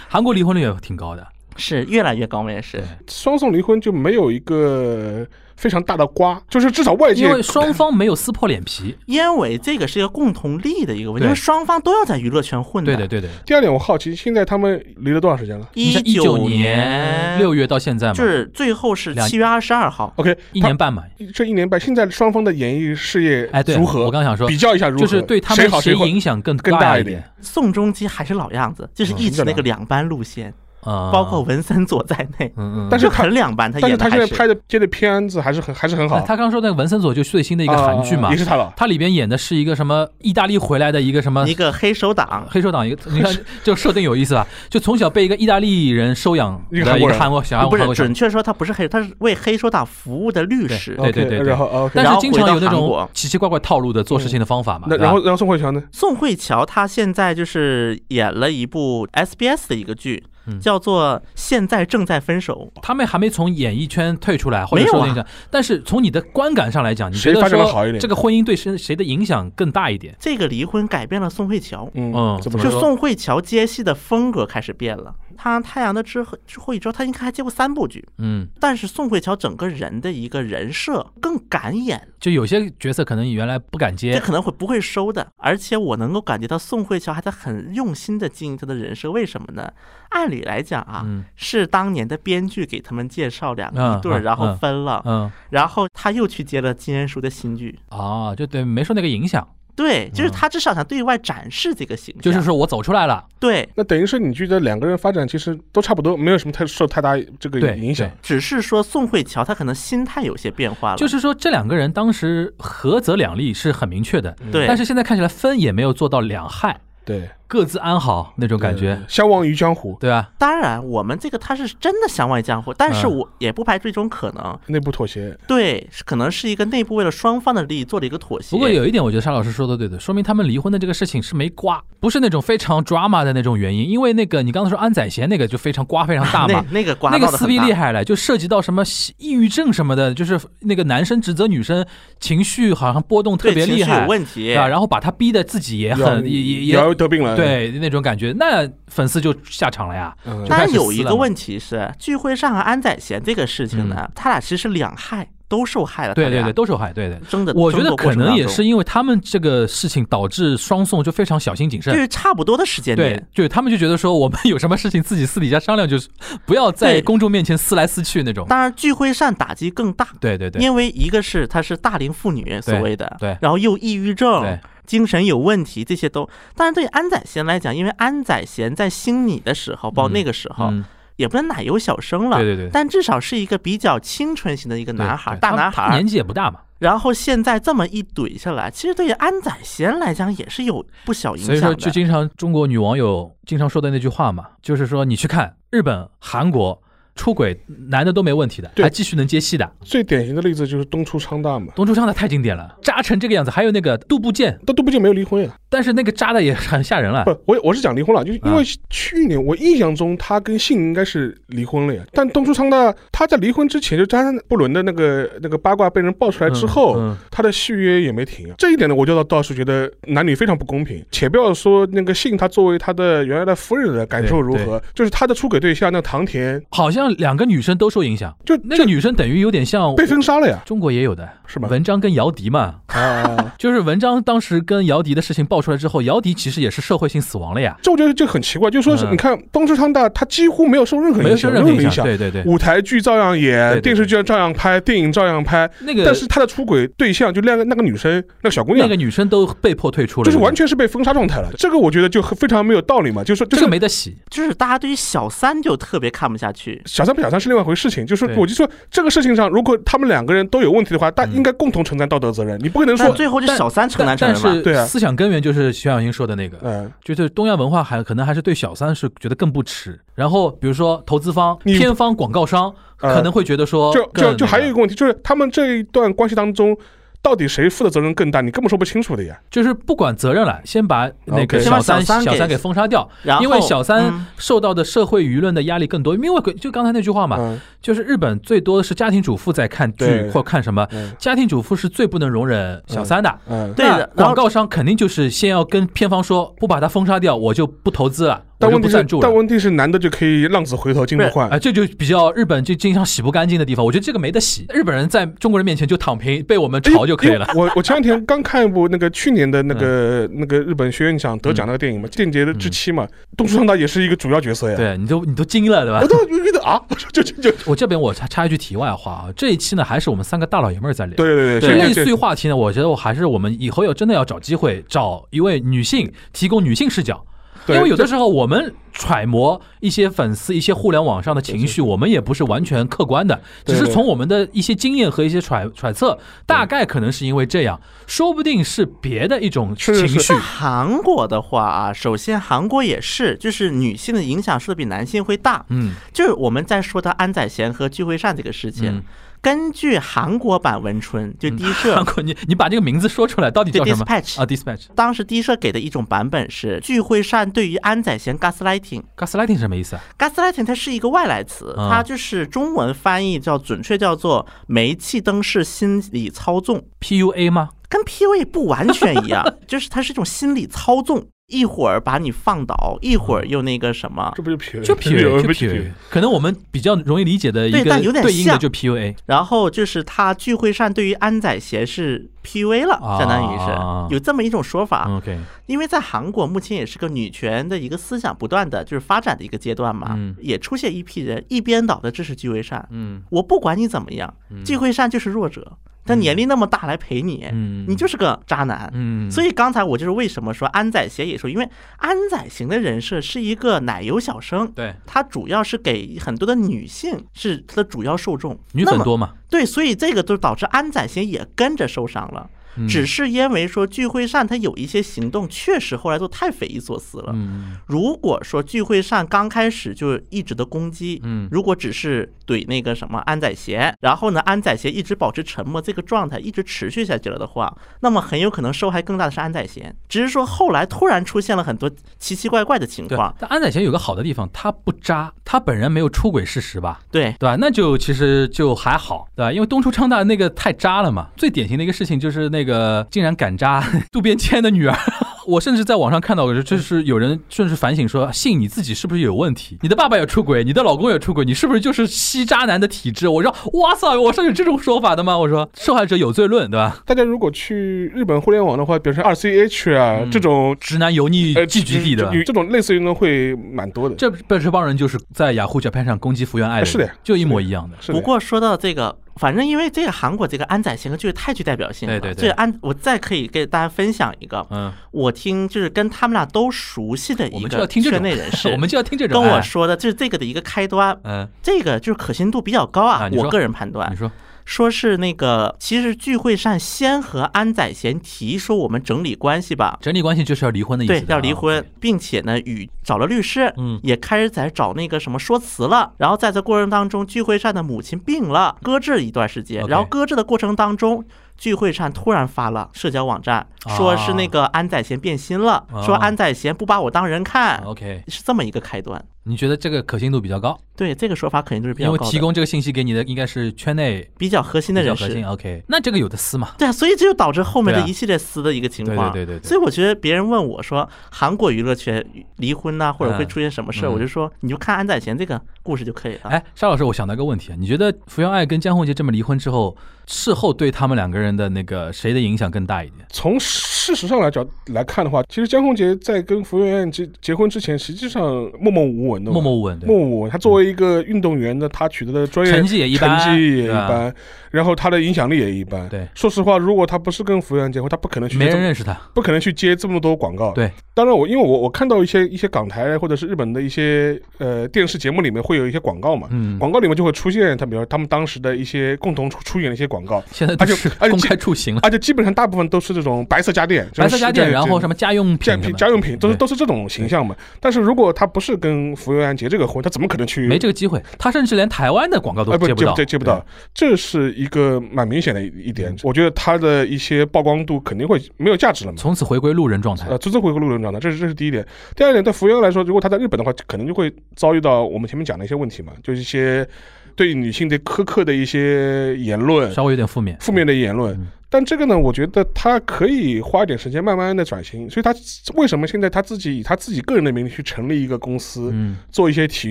韩国离婚率也挺高的，”
是越来越高，我也是。
双宋离婚就没有一个非常大的瓜，就是至少外界
因为双方没有撕破脸皮。
因为这个是一个共同利益的一个问题，
对
因为双方都要在娱乐圈
嗯
混的。
对的，对的。
第二点，我好奇，现在他们离了多长时间了
一
一
九
年六
月，
月到现
啊
在嘛，
就是最后是
两
七月二十二号。
？OK，
一年半嘛。
这一年半，现在双方的演艺事
哎，
业
对，
如何？
我刚想说
比，较一下如
就
何，
是对他
谁
们
好谁坏
影响更
更大
一
一
点
点，
宋仲基还是老样子，就是
嗯
一直那个两班路线，
啊，
包括文森佐在内，
嗯嗯，
但是
就
他
很两班。他
但是
演的
他
还
现在
是
拍的接的片子还是很还是很好。
哎他刚说那个文森佐就最新的一个韩剧嘛
啊也，是他了。
他里边演的是一个什么意大利回来的一个什么
一个黑手党，
黑手党一个，你看就设定有意思吧？就从小被一个意大利人收养的
一个韩国人哦
韩国小韩
不
国
是
韩国
准
人，
确说他不是黑，他是为黑手党服务的律师。
对对
OK，
对对
然后哦 OK，
但
然
是
后
经常
回
有那
到韩
种
国
奇奇怪怪套路的做事情的方法嘛。
那
对吧
然后然后宋慧乔呢？
宋慧乔她现在就是演了一部 SBS 的一个剧
嗯，
叫做《现在正在分手》。
他们还没从演艺圈退出来，或者说
没有啊
那个，但是从你的观感上来讲，你觉
谁
得
发展得好一
说
点
这个婚姻对谁谁的影响更大一点？
这个离婚改变了宋慧乔，
嗯
怎么
就
说？
宋慧乔接戏的风格开始变了。她《太阳的智慧》之后，之后她应该还接过三部剧，
嗯，
但是宋慧乔整个人的一个人设更敢演，
就有些角色可能原来不敢
这
接，
可能会不会收的。而且我能够感觉到宋慧乔还在很用心的经营她的人设，为什么呢？按理来讲啊，
嗯
是当年的编剧给他们介绍两
嗯
个一对儿，
嗯
然后
嗯
分了，
嗯
然后他又去接了金恩淑的新剧。
啊，就对没受那个影响，
对，就是
嗯
他至少想对外展示这个形象，
就是说我走出来了，
对，
那等于是你觉得两个人发展其实都差不多，没有什么太受太大这个
对
影响。
只是说宋慧乔她可能心态有些变化了，
就是说这两个人当时合则两利是很明确的，
嗯对，
但是现在看起来分也没有做到两害，
对，
各自安好那种感觉
对，相忘于江湖
对吧？
当然，我们这个他是真的相忘于江湖，但是
嗯
我也不排除一种可能，
内部妥协。
对，是可能是一个内部为了双方的利益做了一个妥协。
不过有一点，我觉得沙老师说的对的，说明他们离婚的这个事情是没瓜，不是那种非常 drama 的那种原因，因为那个你刚才说安宰贤那个就非常瓜非常
*laughs*
大
*laughs* 那。
嘛
那个瓜
那
闹
个
得
撕
很
逼
大
厉害了，就涉及到什么抑郁症什么的，就是那个男生指责女生情绪好像波动特
对
别
情
厉
绪
害
有，问题
啊，然后把他逼得自己也
要
很也也也
要得病了。，
对那种感觉，那粉丝就下场了呀。
嗯
就，开
但
始
有
撕
一个
了嘛嗯
问题是，聚会上和安宰贤这个事情呢，他俩其实两害都受害了。
对
他
对
俩
对，都受害，对对。
争的，
我觉
争
得
夺过
可
程
能
当
也
中
是因为他们这个事情导致双宋就非常小心谨
就
慎，
是差不多的时间
对
点。，
就是他们就觉得说我们有什么事情自己私底下商量，就是不要在
对
公众面前撕来撕去那种。
当然，聚会上打击更大，
对对对，
因为一个是她是大龄妇女所谓的，
对
然后又抑郁症
对，
精神有问题，这些都。当然，对安宰贤来讲，因为安宰贤在兴你的时候，包括
嗯
那个时候，
嗯，
也不能奶油小生了，
对对对
但至少是一个比较清纯型的一个
对
男孩，
对
大
他
男
他
孩。
年纪也不大嘛，
然后现在这么一怼下来，其实对于安宰贤来讲也是有不小影
所以
响
说
的。
就经常中国女网友经常说的那句话嘛，就是说你去看日本、韩国出轨男的都没问题的，
对
还继续能接戏的。
最典型的例子就是东出昌大嘛，
东出昌的太经典了，渣成这个样子，还有那个杜部健，
但杜不就没有离婚呀？
但是那个渣的也很吓人了。
不，我我是讲离婚了，就是因为
啊
去年我印象中他跟信应该是离婚了呀。但东出昌大他在离婚之前，就张三不伦的那个那个八卦被人爆出来之后，
嗯嗯
他的续约也没停啊。这一点呢，我就倒倒是觉得男女非常不公平。且不要说那个信他作为他的原来的夫人的感受如何，就是他的出轨对象那唐田
好像两个女生都受影响，
就
那个女生等于有点像
被封杀了呀，
中国也有的
是吧？
文章跟姚笛嘛，
啊，
就是文章当时跟姚笛的事情爆出来之后，姚笛其实也是社会性死亡了呀，
这我觉得就很奇怪，就说是
嗯
你看东出昌大他几乎没有受任何
没有
影
受
响，
任何
任何
影
影
响。。对对对，
舞台剧照样演，
对对对
电视剧照样拍，电影照样拍，
那个
但是他的出轨对象就那个那个女生，那个小姑
那
娘，
个女生都被迫退出了，
就是完全是被封杀状态了。这个我觉得就很非常没有道理嘛，就是说就
这
是
个。没得洗。
就是大家对于小三就特别看不下去，
小三不小三是另外一回事情，就是
对
我就说这个事情上，如果他们两个人都有问题的话，大
嗯
应该共同承担道德责任。你不可能
但
说
最后就
但
小三承担
但
责任
但
嘛。
是
对啊
思想根源就是徐小英说的那个，
嗯，
就是东亚文化还可能还是对小三是觉得更不耻。然后比如说投资方、
你
片方、广告商
呃
可能会觉得说
就
更那
就
哦个，
就还有一个问题，就是他们这一段关系当中，到底谁负的责任更大，你根本说不清楚的呀。
就是不管责任了，先把那个
OK
小三
先把小三给
三给封杀掉，
然后
因为小三
嗯
受到的社会舆论的压力更多。因为就刚才那句话嘛，
嗯
就是日本最多的是家庭主妇在看剧
对
或看什么，
嗯
家庭主妇是最不能容忍小三的。
嗯，
对的
那
然后
广告商肯定就是先要跟片方说，不把它封杀掉，我就不投资了，我
但
就
问
不
题是
赞助，了
但。问题是男的就可以浪子回头金不换
啊、，这就比较日本就经常洗不干净的地方。我觉得这个没得洗，日本人在中国人面前就躺平，被我们
因
嘲
为
就可以了。。
哎
嗯
因为我我前两天刚看一部那个去年的那个那个日本学院奖得奖那个电影嘛，《间谍的之妻》嘛，东出昌大也是一个主要角色呀。
对，你都你都惊了，对吧
我？都觉得啊， *laughs* 就就就，
我这边我插插一句题外话啊，这一期呢还是我们三个大老爷们儿在聊。
对对对
就
对，
类
这
似于话题呢，我觉得我还是我们以后要真的要找机会找一位女性提供女性视角，因
对
为有的时候我们揣摩一些粉丝、一些互联网上的情绪，我们也不是完全客观的，只
对
是从我们的一些经验和一些揣揣测，大概可能是因为这样，说不定是别的一种情
是是
绪
是。
韩国的话啊，首先韩国也是，就是女性的影响受的比男性会大。
嗯，
就是我们在说到安宰贤和具惠善这个事情，
嗯
根据韩国版文春，就第一社
韩国，你你把这个名字说出来，到底叫
对
什么
Dispatch
啊？Dispatch。
当时第一社给的一种版本是具惠善对于安宰贤 gaslighting。
Gaslighting 是什么意思啊？
gaslighting 它是一个外来词，
啊
它就是中文翻译叫准确叫做煤气灯式心理操纵。
PUA 吗？
跟 PUA 不完全
*laughs*
一样，就是它是一种心理操纵，一会儿把你放倒，一会儿又那个什么。
这不就皮了？
就
皮了
PUA，就
不皮了
PUA，可能我们比较容易理解的一个
对但有点
对应的
像
就 PUA。
然后就是他聚会上对于安宰贤是 PUA 了，
啊
相当于是有这么一种说法。
嗯 OK，
因为在韩国目前也是个女权的一个思想不断的就是发展的一个阶段嘛，
嗯
也出现一批人一边倒的支持聚会上，
嗯
我不管你怎么样，聚会上就是弱者，他年龄那么大来陪你，
嗯
你就是个渣男，
嗯，
所
以
以刚才我就是为什么说安宰贤也说，因为安宰贤的人设是一个奶油小生，
对
他主要是给很多的女性是他的主要受众，
女
那
粉
么
多嘛，
对，所以这个就导致安宰贤也跟着受伤了。
嗯
只是因为说具惠善他有一些行动，确实后来都太匪夷所思了。
嗯
如果说具惠善刚开始就一直的攻击，
嗯
如果只是怼那个什么安宰贤，然后呢安宰贤一直保持沉默这个状态一直持续下去了的话，那么很有可能受害更大的是安宰贤。只是说后来突然出现了很多奇奇怪怪的情
对
况，。
但安宰贤有个好的地方，他不渣，他本人没有出轨事实吧？
对，
对吧？那就其实就还好，对吧？因为东出昌大那个太渣了嘛。最典型的一个事情就是那个竟然敢渣渡边谦的女儿。 *laughs* 我甚至在网上看到，就是有人甚至反省说，信你自己是不是有问题？你的爸爸也出轨，你的老公也出轨，你是不是就是吸渣男的体质？我说，哇塞，我是有这种说法的吗？我说，受害者有罪论，对吧？
大家如果去日本互联网的话，比如说 RCH 啊、
嗯
这种，
直男油腻
呃，
聚集地，对吧？
这这种类似于呢会蛮多的。
这这这帮人就是在雅虎 Japan 上攻击福原爱人，
哎是的呀
就一模一样的。
是的
不过说到这个，反正因为这个韩国这个安宰贤就是太具代表性了，
对对对
所以安我再可以给大家分享一个，
嗯，
我听就是跟他们俩都熟悉的
我
一
们就要
个
听这
圈
种
内人士，
*laughs* 我们就要听这种。
跟我
哎，
说的就是这个的一个开端。
嗯，
这个就是可信度比较高啊，
啊你说
我个人判
你
断
说，
说是那个，其实聚会上先和安宰贤提说我们整理关系吧，
整体关系就是要离婚的意思，
对，要离
啊
婚，并且呢，与找了律师，
嗯
也开始在找那个什么说辞了。然后在这过程当中，具惠善的母亲病了，搁置一段时间。
OK
然后搁置的过程当中，具惠善突然发了社交网站，说是那个安宰贤变心了，
啊哦
说安宰贤不把我当人看，
OK，
是这么一个开端。
你觉得这个可信度比较高？
对这个说法肯定就是比
因
较
为
高的
提供这个信息给你的应该是圈内
比较核心的
比较
人
核
士
心。。OK，那这个有的撕嘛？
对啊，所以这就导致后面
对
的
啊
一系列撕的一个情
对对
况。
对对对
所以我觉得别人问我说韩国娱乐圈离婚呐、或者会
嗯
出现什么事儿，
嗯
我就说你就看安宰贤这个故事就可以了。
哎，沙老师，我想到一个问题啊，你觉得福原爱跟江宏杰这么离婚之后，事后对他们两个人的那个谁的影响更大一点？
从事实上来讲来看的话，其实江宏杰在跟福原爱结结婚之前，实际上默默无文的嘛
默默无闻，对
莫文，他作为一个运动员呢，他取得的专业
成绩也一般，
成绩也一
对吧，
般，然后他的影响力也一般。
对
说实话，如果他不是跟福原结婚，他不可能去
没
接这
人
么
认识他。
不可能去接这么多广告。
对，
当然我因为我我看到一些一些港台或者是日本的一些呃电视节目里面会有一些广告嘛，
嗯，
广告里面就会出现他，比如他们当时的一些共同出出演的一些
*laughs*
广告，
现在
而
都
且
是
而且
公开出行了，
而且基本上大部分都是这种白色家电，
白色家电，然后什
什么。
么家用品
家
什么
品、
的，
家用品都是
对
都是这种形象嘛，但是如果他不是跟福原爱结这个婚，他怎么可能去
没这个机会，他甚至连台湾的广告都
啊，不
接
不
到，
对，接不到，这是一个蛮明显的一一点。
嗯
我觉得他的一些曝光度肯定会没有价值了
对，
嘛。
从此回归路人状态
呃，。真正回归路人状态，这是这是第一点。第二点，对福原来说，如果他在日本的话，可能就会遭遇到我们前面讲的一些问题嘛，就是一些对女性的苛刻的一些言论，
稍微有点负面，
负面的言论
嗯。
但这个呢，我觉得他可以花一点时间慢慢的转型。所以他为什么现在他自己以他自己个人的名义去成立一个公司，
嗯，
做一些体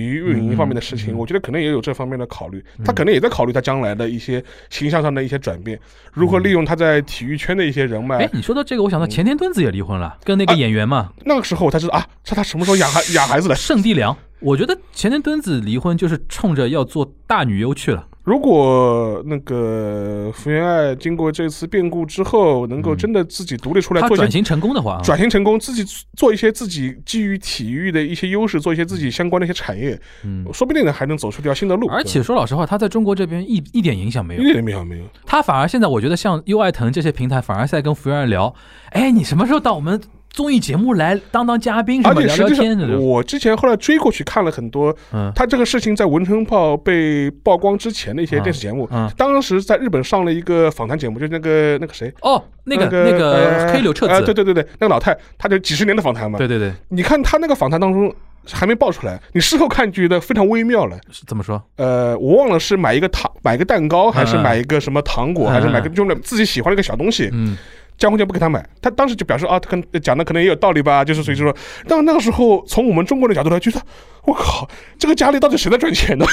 育运营方面的事
嗯
情，
嗯嗯
我觉得可能也有这方面的考虑。
嗯
他可能也在考虑他将来的一些形象上的一些转变，如
嗯
何利用他在体育圈的一些人脉
哎。，你说到这个，我想到前田敦子也离婚了，跟那个
呃嗯啊
演员嘛，
那个时候他知道啊，是他什么时候养孩
*laughs*
养孩子的？
圣地良。我觉得前田敦子离婚就是冲着要做大女优去了，
如果那个福原爱经过这次变故之后，能够
嗯
真的自己独立出来
她
做一些
转型成功的话啊，
转型成功，自己做一些自己基于体育的一些优势，做一些自己相关的一些产业，
嗯，
说不定呢还能走出一条新的路。
而且说老实话，她在中国这边一一点影响没
对
有
一，点没有没有，
他反而现在我觉得像优爱腾这些平台，反而在跟福原爱聊，哎，你什么时候到我们综艺节目来当当嘉宾什
而
么
且
聊
实
聊
际
天
上，
的？
我之前后来追过去看了很多
嗯，
他这个事情在文春炮被曝光之前的一些电视节目，
嗯嗯
当时在日本上了一个访谈节目，就是那个那个谁，
哦，那个
那
那个
呃
黑柳彻
呃
子，
对对对对，那个老太，她就几十年的访谈嘛。
对对对，
你看她那个访谈当中还没爆出来，你事后看觉得非常微妙了。
是怎么说？
呃，我忘了是买一个糖，买一个蛋糕，还是
嗯嗯
买一个什么糖果，还是买个
嗯
就是自己喜欢的一个小东西。
嗯，
江宏杰不给他买，他当时就表示啊，他可能讲的可能也有道理吧，就是所以就说，但那个时候从我们中国的角度来，觉得我靠，这个家里到底谁在赚钱呢？ *laughs*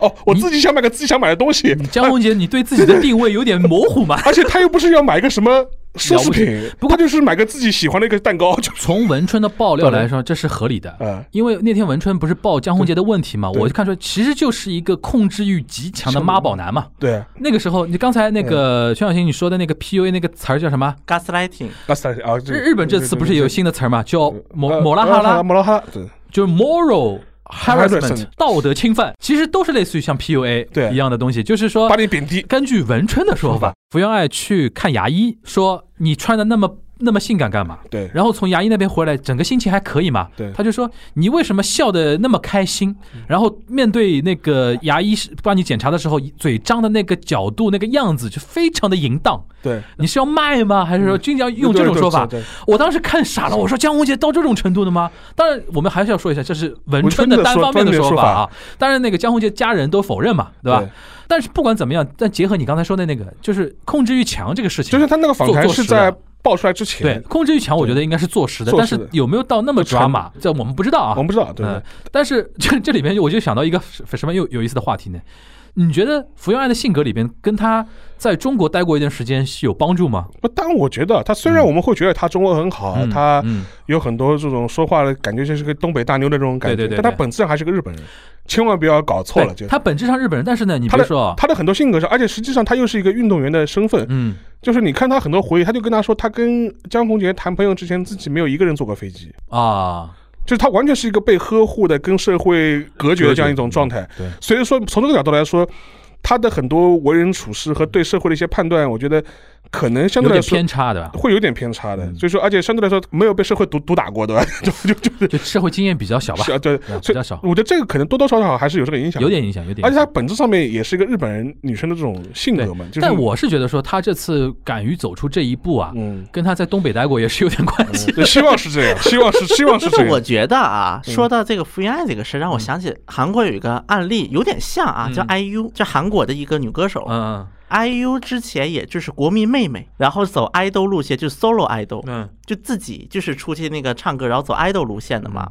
哦，我自己想买个自己想买的东西，？
江宏杰，你对自己的定位有点模糊嘛
*laughs* 而且他又不是要买一个什么奢侈品，
不过
他就是买个自己喜欢的一个蛋
*laughs*
糕，就
从文春的爆料来说，这是合理的。
呃，
因为那天文春不是爆江宏杰的问题嘛，
对
我就看出来其实就是一个控制欲极强的妈宝男嘛。
对啊，
那个时候，你刚才那个薛小新你说的那个 PUA 那个词儿叫什么？
gaslighting，
那三啊，这
日日本这次不是有新的词儿嘛，叫抹抹拉哈拉，
呃摩拉哈拉，对，
就是 moral harassment
Harassment
道德侵犯，其实都是类似于像 PUA
对
一样的东西，就是说
把，你贬低，
根据文春的说法，福原爱去看牙医，说你穿的那么那么性感干嘛？
对
然后从牙医那边回来，整个心情还可以嘛？
对嗯
他就说你为什么笑的那么开心？然后面对那个牙医是帮你检查的时候，嘴张的那个角度、那个样子就非常的淫荡。
对，
你是要卖吗？还是说经常用这种说法？
嗯对对对
我当时看傻了，我说江宏杰到这种程度的吗？当然，我们还是要说一下，这是文春的单方面的说法啊。当然，那个江宏杰家人都否认嘛，对吧？
对
但是不管怎么样，但结合你刚才说的那个，就是控制欲强这个事情，
就是他那个访谈
做
是
做实了
在爆出来之
对
前，
控制欲强，我觉得应该是坐实的，
坐
但
实的
是有没有到那么抓马，这我们不知道啊。
我们不知道，对，
嗯，但是这这里面我就想到一个什什么有有意思的话题呢？你觉得福原爱的性格里边跟她在中国待过一段时间是有帮助吗？
不，但我觉得他虽然我们会觉得他中文很好，
嗯
他
嗯
有很多这种说话的感觉，就是个东北大妞的这种感觉，
对对对对
但他本质上还是个日本人，千万不要搞错了。
对
就
他本质上日本人，但是呢，你
他
别
的
说啊，
他的很多性格上，而且实际上他又是一个运动员的身份，
嗯，
就是你看他很多回忆，他就跟他说，他跟江宏杰谈朋友之前，自己没有一个人坐过飞机。
啊，
就是他完全是一个被呵护的、跟社会隔绝的这样一种状态。
嗯对，
所以说从这个角度来说，他的很多为人处事和对社会的一些判断，我觉得可能相
有
对来
点
说
偏差的吧，
会有点偏差的，
嗯
所以说，而且相对来说没有被社会毒毒打 *laughs* 过，对
*laughs*
吧？就就就是
就社会经验比较小吧，
是啊，对，
对吧
所
比
以
较少，
我觉得这个可能多多少少还是有这个影响，
有。点影响，有点
而
影
且
响。
它本质上面也是一个日本人女生的这种性格嘛，就是
但我是觉得说他这次敢于走出这一步啊，
嗯，
跟他在东北待过也是有点关系。
对，希望是这样，希望是希望是
就
*laughs*
这
是我
样。
觉得啊，
嗯
说到这个福原爱这个事，让我想起韩国有一个案例，有点像啊，
嗯
叫 IU，就韩国的一个女歌手。
*laughs* 嗯
IU 之前也就是国民妹妹，然后走 idol 路线，就是 solo idol，
嗯
就自己就是出去那个唱歌，然后走 idol 路线的嘛。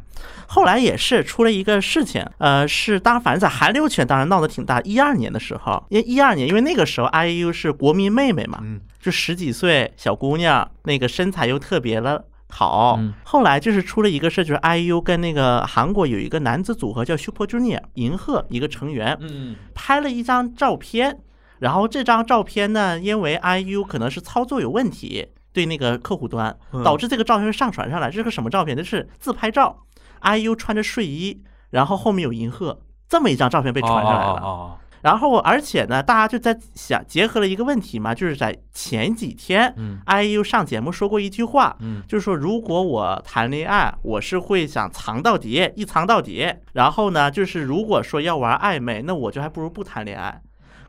后来也是出了一个事情，呃，是当反正在韩流圈当然闹得挺大。一二年的时候，因为一二年，因为那个时候 IU 是国民妹妹嘛，
嗯
就十几岁小姑娘，那个身材又特别了。好，
嗯
后来就是出了一个事，就是 IU 跟那个韩国有一个男子组合叫 Super Junior 银赫一个成员，
嗯，
拍了一张照片，然后这张照片呢，因为 IU 可能是操作有问题，对那个客户端
嗯
导致这个照片上传上来，这是个什么照片？这是自拍照，IU 穿着睡衣，然后后面有银赫，这么一张照片被
被
传上来了。
了。
然后，而且呢，大家就在想结合了一个问题嘛，就是在前几天
嗯
，IU 上节目说过一句话，
嗯
就是说如果我谈恋爱，我是会想藏到底，一藏到底。然后呢，就是如果说要玩暧昧，那我就还不如不谈恋爱。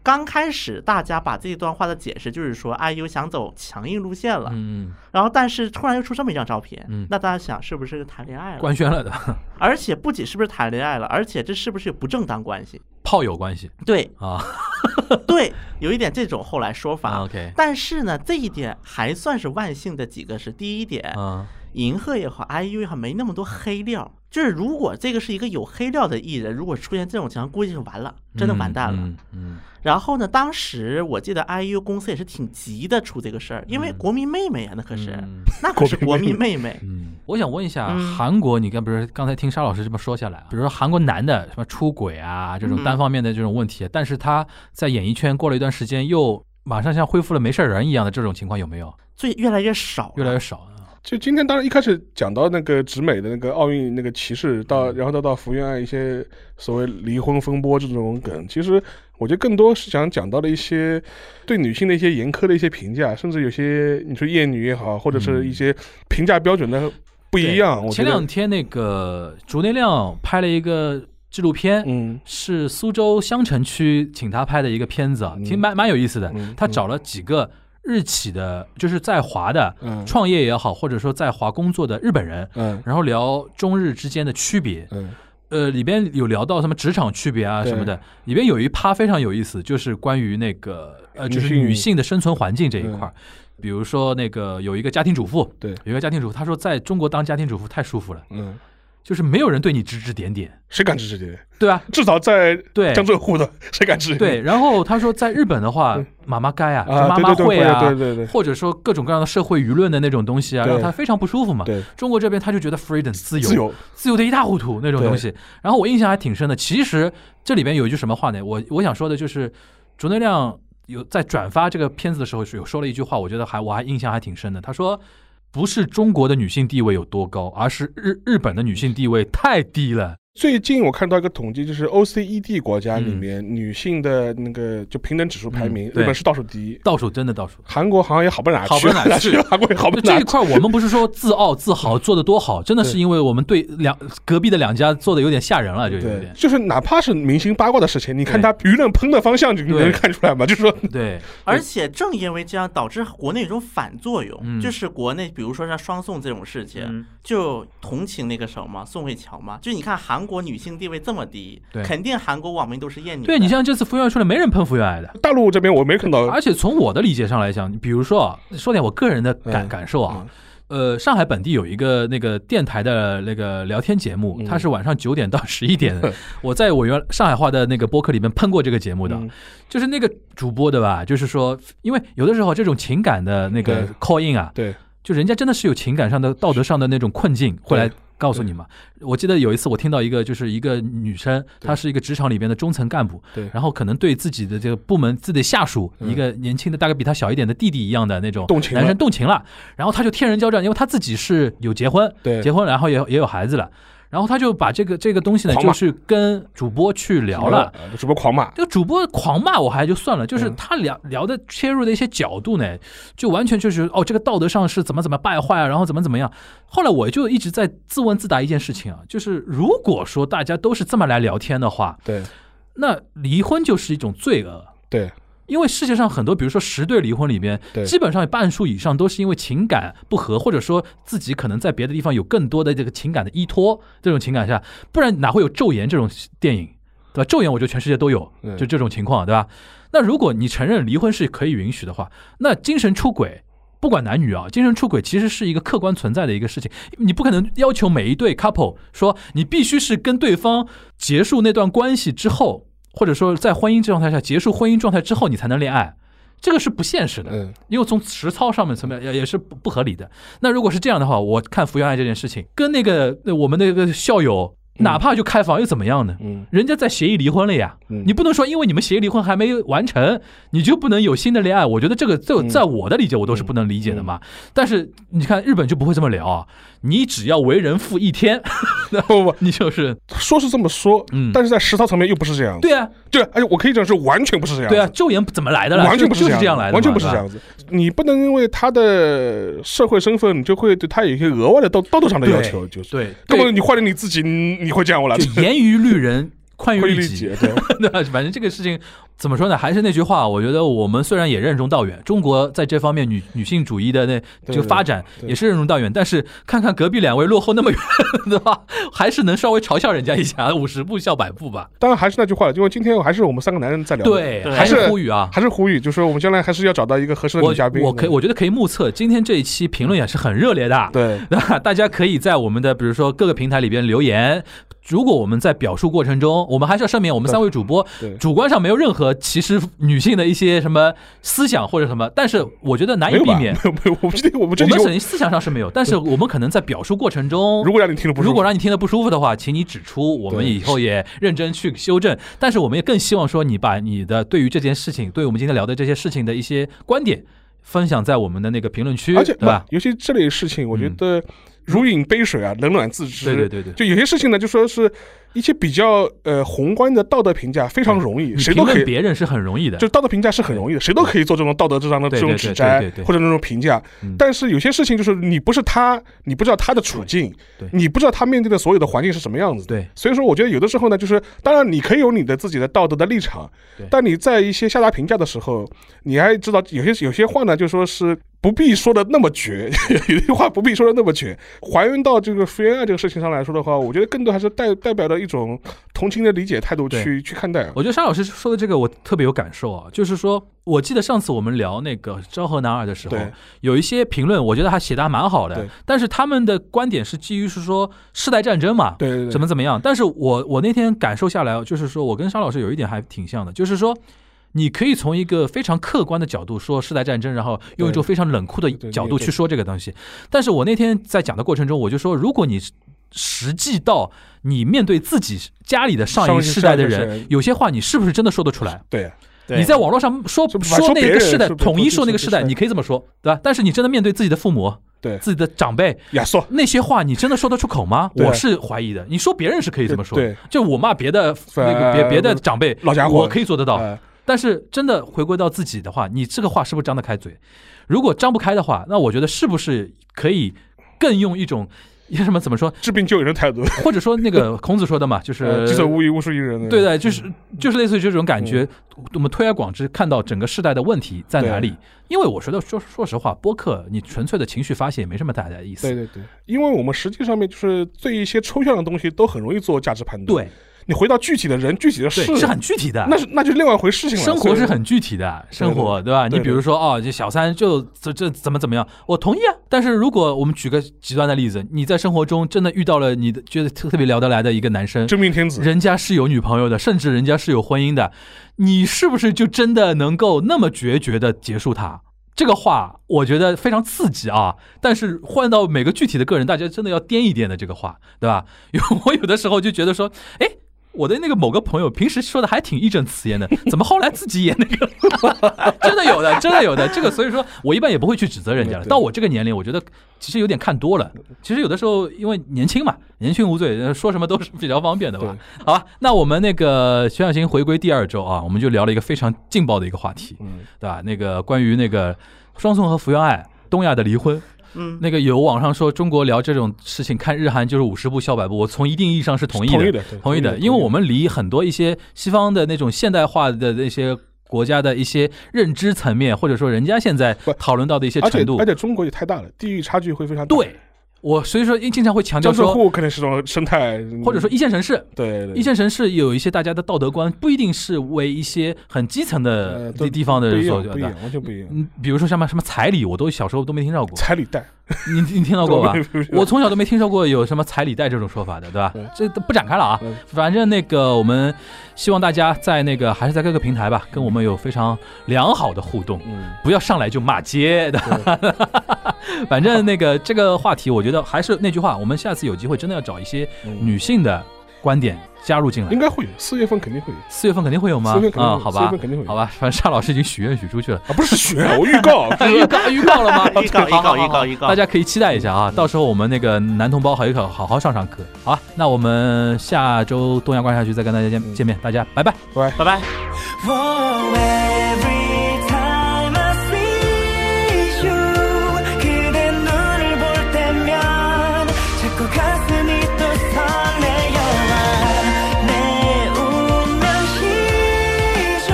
刚开始大家把这段话的解释就是说，IU 想走强硬路线了，
嗯，
然后但是突然又出这么一张照片，
嗯
那大家想是不是谈恋爱了？
官宣了的 *laughs*
而且不仅是不是谈恋爱了，而且这是不是有不正当关系？
炮友关系
对，
啊 *laughs*
对，有一点这种后来说法。
啊，OK，
但是呢，这一点还算是万幸的几个是，第一点，
嗯
银赫也好，IU 也好，没那么多黑料。就是如果这个是一个有黑料的艺人，如果出现这种情况，估计就完了，真的完蛋了。
嗯嗯
然后呢，当时我记得 IU 公司也是挺急的出这个事儿，因为国民妹妹呀、那可是、
嗯
那可是国民妹妹。
嗯，我想问一下，
嗯
韩国你刚不是刚才听沙老师这么说下来啊，比如说韩国男的什么出轨啊这种
嗯
单方面的这种问题，但是他在演艺圈过了一段时间，又马上像恢复了没事人一样的这种情况有没有？
最越来越少了，
越来越少啊了。
就今天当然一开始讲到那个直美的那个奥运那个歧视，
嗯
到然后再到福原爱一些所谓离婚风波这种梗，其实我觉得更多是想讲到的一些对女性的一些严苛的一些评价，甚至有些你说厌女也好，或者是一些评价标准的不一样。嗯
嗯
我觉
前两
得，
天那个竹内亮拍了一个纪录片，
嗯
是苏州襄城区请他拍的一个片子啊，挺蛮蛮有意思的
嗯。
他找了几个日企的，就是在华的
嗯
创业也好，或者说在华工作的日本人，
嗯
然后聊中日之间的区别。
嗯
呃，里边有聊到什么职场区别啊
对
什么的，里边有一趴非常有意思，就是关于那个呃，
女
就
性嗯
是女性的生存环境这一块儿。比如说那个有一个家庭主妇，
对
有一个家庭主妇，她说在中国当家庭主妇太舒服了，
嗯，
就是没有人对你指指点点，
谁敢指指点？
对吧？
至少在
对
江浙沪的，谁敢指指
对，
*laughs* 点？
然后她说在日本的话，妈妈该啊，
啊
妈妈会啊，
对对对对对
或者说各种各样的社会舆论的那种东西啊，
对
让她非常不舒服嘛。
对
中国这边她就觉得 freedom 自由，
自由，
自由的一塌糊涂那种东西。然后我印象还挺深的。其实这里边有一句什么话呢？我我想说的就是，竹内亮有在转发这个片子的时候是有说了一句话，我觉得还我还印象还挺深的。他说。不是中国的女性地位有多高，而是日日本的女性地位太低了。
最近我看到一个统计，就是 OECD 国家里
嗯
面女性的那个就平等指数排名，
嗯对
日本是倒数第一，
倒数真的倒数，
韩国好像也好不到哪去，
好不到哪去
韩国也好嗯不
就
到
这
哪
一
去。
块，我们不是说自傲自豪做的多好，真的是因为我们对两隔壁的两家做的有点吓人了，就有
对
点，
就是哪怕是明星八卦的事情，你看
对
他舆论喷的方向，就你
对
能看出来吗？就是说，
对，
而且正因为这样，导致国内有一种反作用，
嗯
就是国内比如说像双宋这种事情，
嗯
就同情那个什么宋慧乔嘛。就你看韩国女性地位这么低
对，
肯定韩国网民都是厌女的。
对你像这次福原爱出来，没人喷福原爱的，
大陆这边我没看到，
而且从我的理解上来讲，你比如说啊，说点我个人的感、
嗯
感受啊。呃，上海本地有一个那个电台的那个聊天节目，
嗯
它是晚上九点到十一点的。 *laughs* 我在我原上海话的那个播客里面喷过这个节目的，
嗯
就是那个主播的吧，就是说，因为有的时候这种情感的那个
对
call in 啊，
对，
就人家真的是有情感上的、道德上的那种困境，会来
对
告诉你嘛。我记得有一次我听到一个，就是一个女生，
对
她是一个职场里边的中层干部，
对
然后可能对自己的这个部门、自己的下属，
嗯
一个年轻的大概比她小一点的弟弟一样的那种
动情了
男生动情了，然后她就天人交战，因为她自己是有结婚，
对
结婚然后也有也有孩子了，然后她就把这个这个东西呢，
狂
就
骂
是跟主播去聊了。
呃，主播狂骂，
这个主播狂骂我还就算了，就是
嗯
他聊聊的切入的一些角度呢，就完全就是哦，这个道德上是怎么怎么败坏啊，然后怎么怎么样。后来我就一直在自问自答一件事情啊，就是如果说大家都是这么来聊天的话，
对
那离婚就是一种罪恶。
对
因为世界上很多，比如说十对离婚里边，
对
基本上有半数以上都是因为情感不和，或者说自己可能在别的地方有更多的这个情感的依托，这种情感下，不然哪会有《昼颜》这种电影，对吧？《昼颜》我觉得全世界都有
嗯，
就这种情况，对吧？那如果你承认离婚是可以允许的话，那精神出轨。不管男女啊，精神出轨其实是一个客观存在的一个事情，你不可能要求每一对 couple 说你必须是跟对方结束那段关系之后，或者说在婚姻状态下结束婚姻状态之后，你才能恋爱。这个是不现实的，
嗯
因为从实操上面层面也也是不不合理的。那如果是这样的话，我看福原爱这件事情，跟那个呃我们那个校友，哪怕就开房又怎么样呢？
嗯
人家在协议离婚了呀，
嗯
你不能说因为你们协议离婚还没完成，你就不能有新的恋爱。我觉得这个在
嗯
在我的理解，我都是不能理解的嘛。但是你看日本就不会这么聊啊，你只要为人父一天， *laughs*
不不
你就是
不，说是这么说，
嗯
但是在实操层面又不是这样。
对啊，
对，而且我可以讲是完全不是这样。
对啊，，救援怎么来的了？
完
就
全不
就是
这
这样来的嘛，
完全不是这
吧。
样子。你不能因为他的社会身份，你就会对他有一些额外的道道德上的要求，就是。
对，
根
对
本你换了你自己，你你会这样我来
就严于律人，宽于
会理
律己
解。。对，
*laughs* 对吧，反正这个事情怎么说呢？还是那句话，我觉得我们虽然也任重道远，中国在这方面女女性主义的那这
对
个发展
对
也是任重道远，但是看看隔壁两位落后那么远，对吧？还是能稍微嘲笑人家一下，五十步笑百步吧。
当然还是那句话了，因为今天还是我们三个男人在聊。，
对，
对
还
还
是
是
呼吁啊，
还是呼吁，就是说我们将来还是要找到一个合适的
我
女嘉宾。
我可以，我觉得可以目测，今天这一期评论也是很热烈的。
对
*laughs* 那大家可以在我们的比如说各个平台里边留言。如果我们在表述过程中，我们还是要声明，我们三位主播
对
主观上没有任何歧视女性的一些什么思想或者什么，但是我觉得难
没
以
有
避
吧？没
免。
有没有，我们今天 *laughs* 我们这
我
里
们
就
肯定思想上是没有，但是我们可能在表述过程中，
如果让你听了不舒服，
如果让你听得不舒服的话，请你指出，我们
对
以后也认真去修正。但是我们也更希望说，你把你的对于这件事情，对我们今天聊的这些事情的一些观点，分享在我们的那个评论区，
而且
对吧？嗯
尤其这类事情，我觉得如饮杯水啊，冷暖自知。
对对对对
就有些事情呢，就说是一些比较呃宏观的道德评价非常容易，
你
谁
评
都可
论
以。
别人是很容易的，
就道德评价是很容易的，谁都可以做这种道德之上的
对
这
对
种
对
指
对
摘
对对
或者那种评价
嗯，
但是有些事情就是你不是他，你不知道他的处境
对，对
你不知道他面对的所有的环境是什么样子的。
对
所以说，我觉得有的时候呢，就是当然你可以有你的自己的道德的立场
对，
但你在一些下达评价的时候，你还知道有些有些话呢，就说是不必说的那么绝， *laughs* 有些话不必说的那么绝。还原到这个福原爱这个事情上来说的话，我觉得更多还是代代表了一种同情的理解态度
对
去去看待啊。
我觉得沙老师说的这个我特别有感受啊，就是说，我记得上次我们聊那个昭和男二的时候
对，
有一些评论，我觉得还写的还蛮好的
对，
但是他们的观点是基于是说世代战争嘛，
对对对，
怎么怎么样。但是我我那天感受下来，就是说我跟沙老师有一点还挺像的，就是说。你可以从一个非常客观的角度说世代战争，然后用一种
对
非常冷酷的
对
角
你
度
也
去
对
说这个东西。但是我那天在讲的过程中，我就说，如果你实际到你面对自己家里的上
上
一
一
世
世
代的
代的
人
人，
有些话你是不是真的说得出来？
对啊？
对
你在网络上说
是不是
说
说
那
别
个
人
世代，
是不是
统一说那个
说
世代，
说
你可以这么说，对吧？但是你真的面对自己的父母、
对，
自己的长辈，
亚索
那些话你真的说得出口吗？
对
我是怀疑的。你说别人是可以这么说
对对，
就我骂别的
反
那个别别的长辈，
老家伙
我可以做得到。
呃
但是真的回归到自己的话，你这个话是不是张得开嘴？如果张不开的话，那我觉得是不是可以更用一种一个什么怎么说？ *laughs*
治病救人的态度，
或者说那个孔子说的嘛，就是
*laughs* 呃己所无以，勿施于人。
对的，就是
嗯
就是类似于这种感觉。我们推而广之，看到整个世代的问题在哪里
对。
因为我觉得说说实话，播客你纯粹的情绪发泄也没什么太大的意
对
思。
对对，因为我们实际上面就是对一些抽象的东西都很容易做价值判断。
对，
你回到具体的人、具体的事，
对，是很具体的。
那是那就另外一回事情了。
生活是
所以
很具体的，生活对吧？
对
你比如说哦，这小三就这这怎么怎么样，我同意啊。但是如果我们举个极端的例子，你在生活中真的遇到了你的觉得特特别聊得来的一个男生，
真命天子，
人家是有女朋友的，甚至人家是有婚姻的，你是不是就真的能够那么决绝的结束他？这个话我觉得非常刺激啊！但是换到每个具体的个人，大家真的要掂一掂的这个话，对吧？有我有的时候就觉得说，哎。我的那个某个朋友平时说的还挺义正辞严的，怎么后来自己也那个 *laughs* 了？真的有的，真的有的。这个所以说我一般也不会去指责人家了。
对对
到我这个年龄，我觉得其实有点看多了。其实有的时候因为年轻嘛，年轻无罪，呃说什么都是比较方便的吧。好吧，那我们那个徐小新回归第二周啊，我们就聊了一个非常劲爆的一个话题，
嗯
对吧？那个关于那个双宋和福原爱东亚的离婚，
嗯
那个有网上说中国聊这种事情，看日韩就是五十步笑百步，我从一定意义上是同意的，
同意的对
同意的
同意的
因为我们离很多一些西方的那种现代化的那些。国家的一些认知层面，或者说人家现在
不
讨论到的一些
而且
程度
而，且中国也太大了，地域差距会非常大。
对，我所以说经常会强调
江浙
说，
沪可能是种生态，嗯
或者说一线城市，
对对
一线城市有一些大家的道德观，不一定是为一些很基层的
呃
地
都
地方的
不
人
一
所呃觉
样，不一样
得。，嗯
完全不一样。
嗯，比如说像什么什么彩礼，我都小时候都没听到过。
彩礼贷，
你你听到过吧
没有没有？
我从小都没听说过有什么彩礼贷这种说法的，对吧
嗯？
这都不展开了啊
嗯。
反正那个我们希望大家在那个还是在各个平台吧，跟我们有非常良好的互动，
嗯，
不要上来就骂街的。
对
*laughs* 反正那个这个话题，我觉得还是那句话，我们下次有机会真的要找一些
嗯
女性的观点加入进来
应。该会有，四月份肯定会有
四月份肯定会有吗
嗯四月？份肯定
啊、
会有
好
四
吧
月份肯定会，有
好吧，反正沙老师已经许愿许出去了。
啊，不是学，我预
*laughs*
告，
预告预
*laughs*
告了吗？啊
预告预
好好
告
好
预告预告，
大家可以期待一下啊！到时候我们那个男同胞好一口好好上上课。好啊，那我们下周东阳观察局再跟大家
嗯
见见面，大家拜拜。
拜拜。
Oh, every time I see you 그대 눈을 볼 때면 자꾸 가슴이 또 설레요 내 운명이죠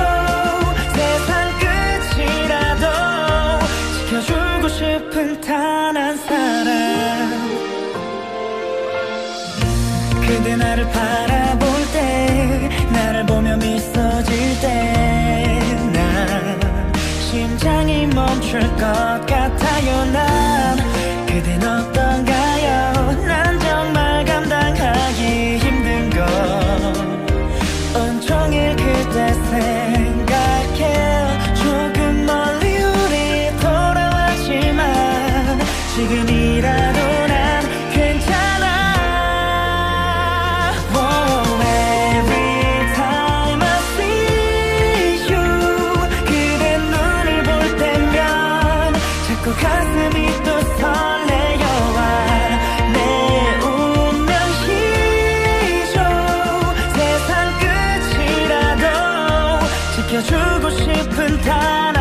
세상 끝이라도 지켜주고 싶은 단 한 사람 그대 나를 바라볼 때 나를 보며 미소질 때 난 심장이 멈출 것 같아요 난 그댄 어떤가요 난 정말 감당하기 힘든 걸 온종일 그대 생각해 조금 멀리 우리 돌아왔지만 지금이라도 난 괜찮아 Oh, every time I see you 그대 눈을 볼 때면 자꾸 가슴이 또 설레요 아, 내 운명이죠 세상 끝이라도 지켜주고 싶은 단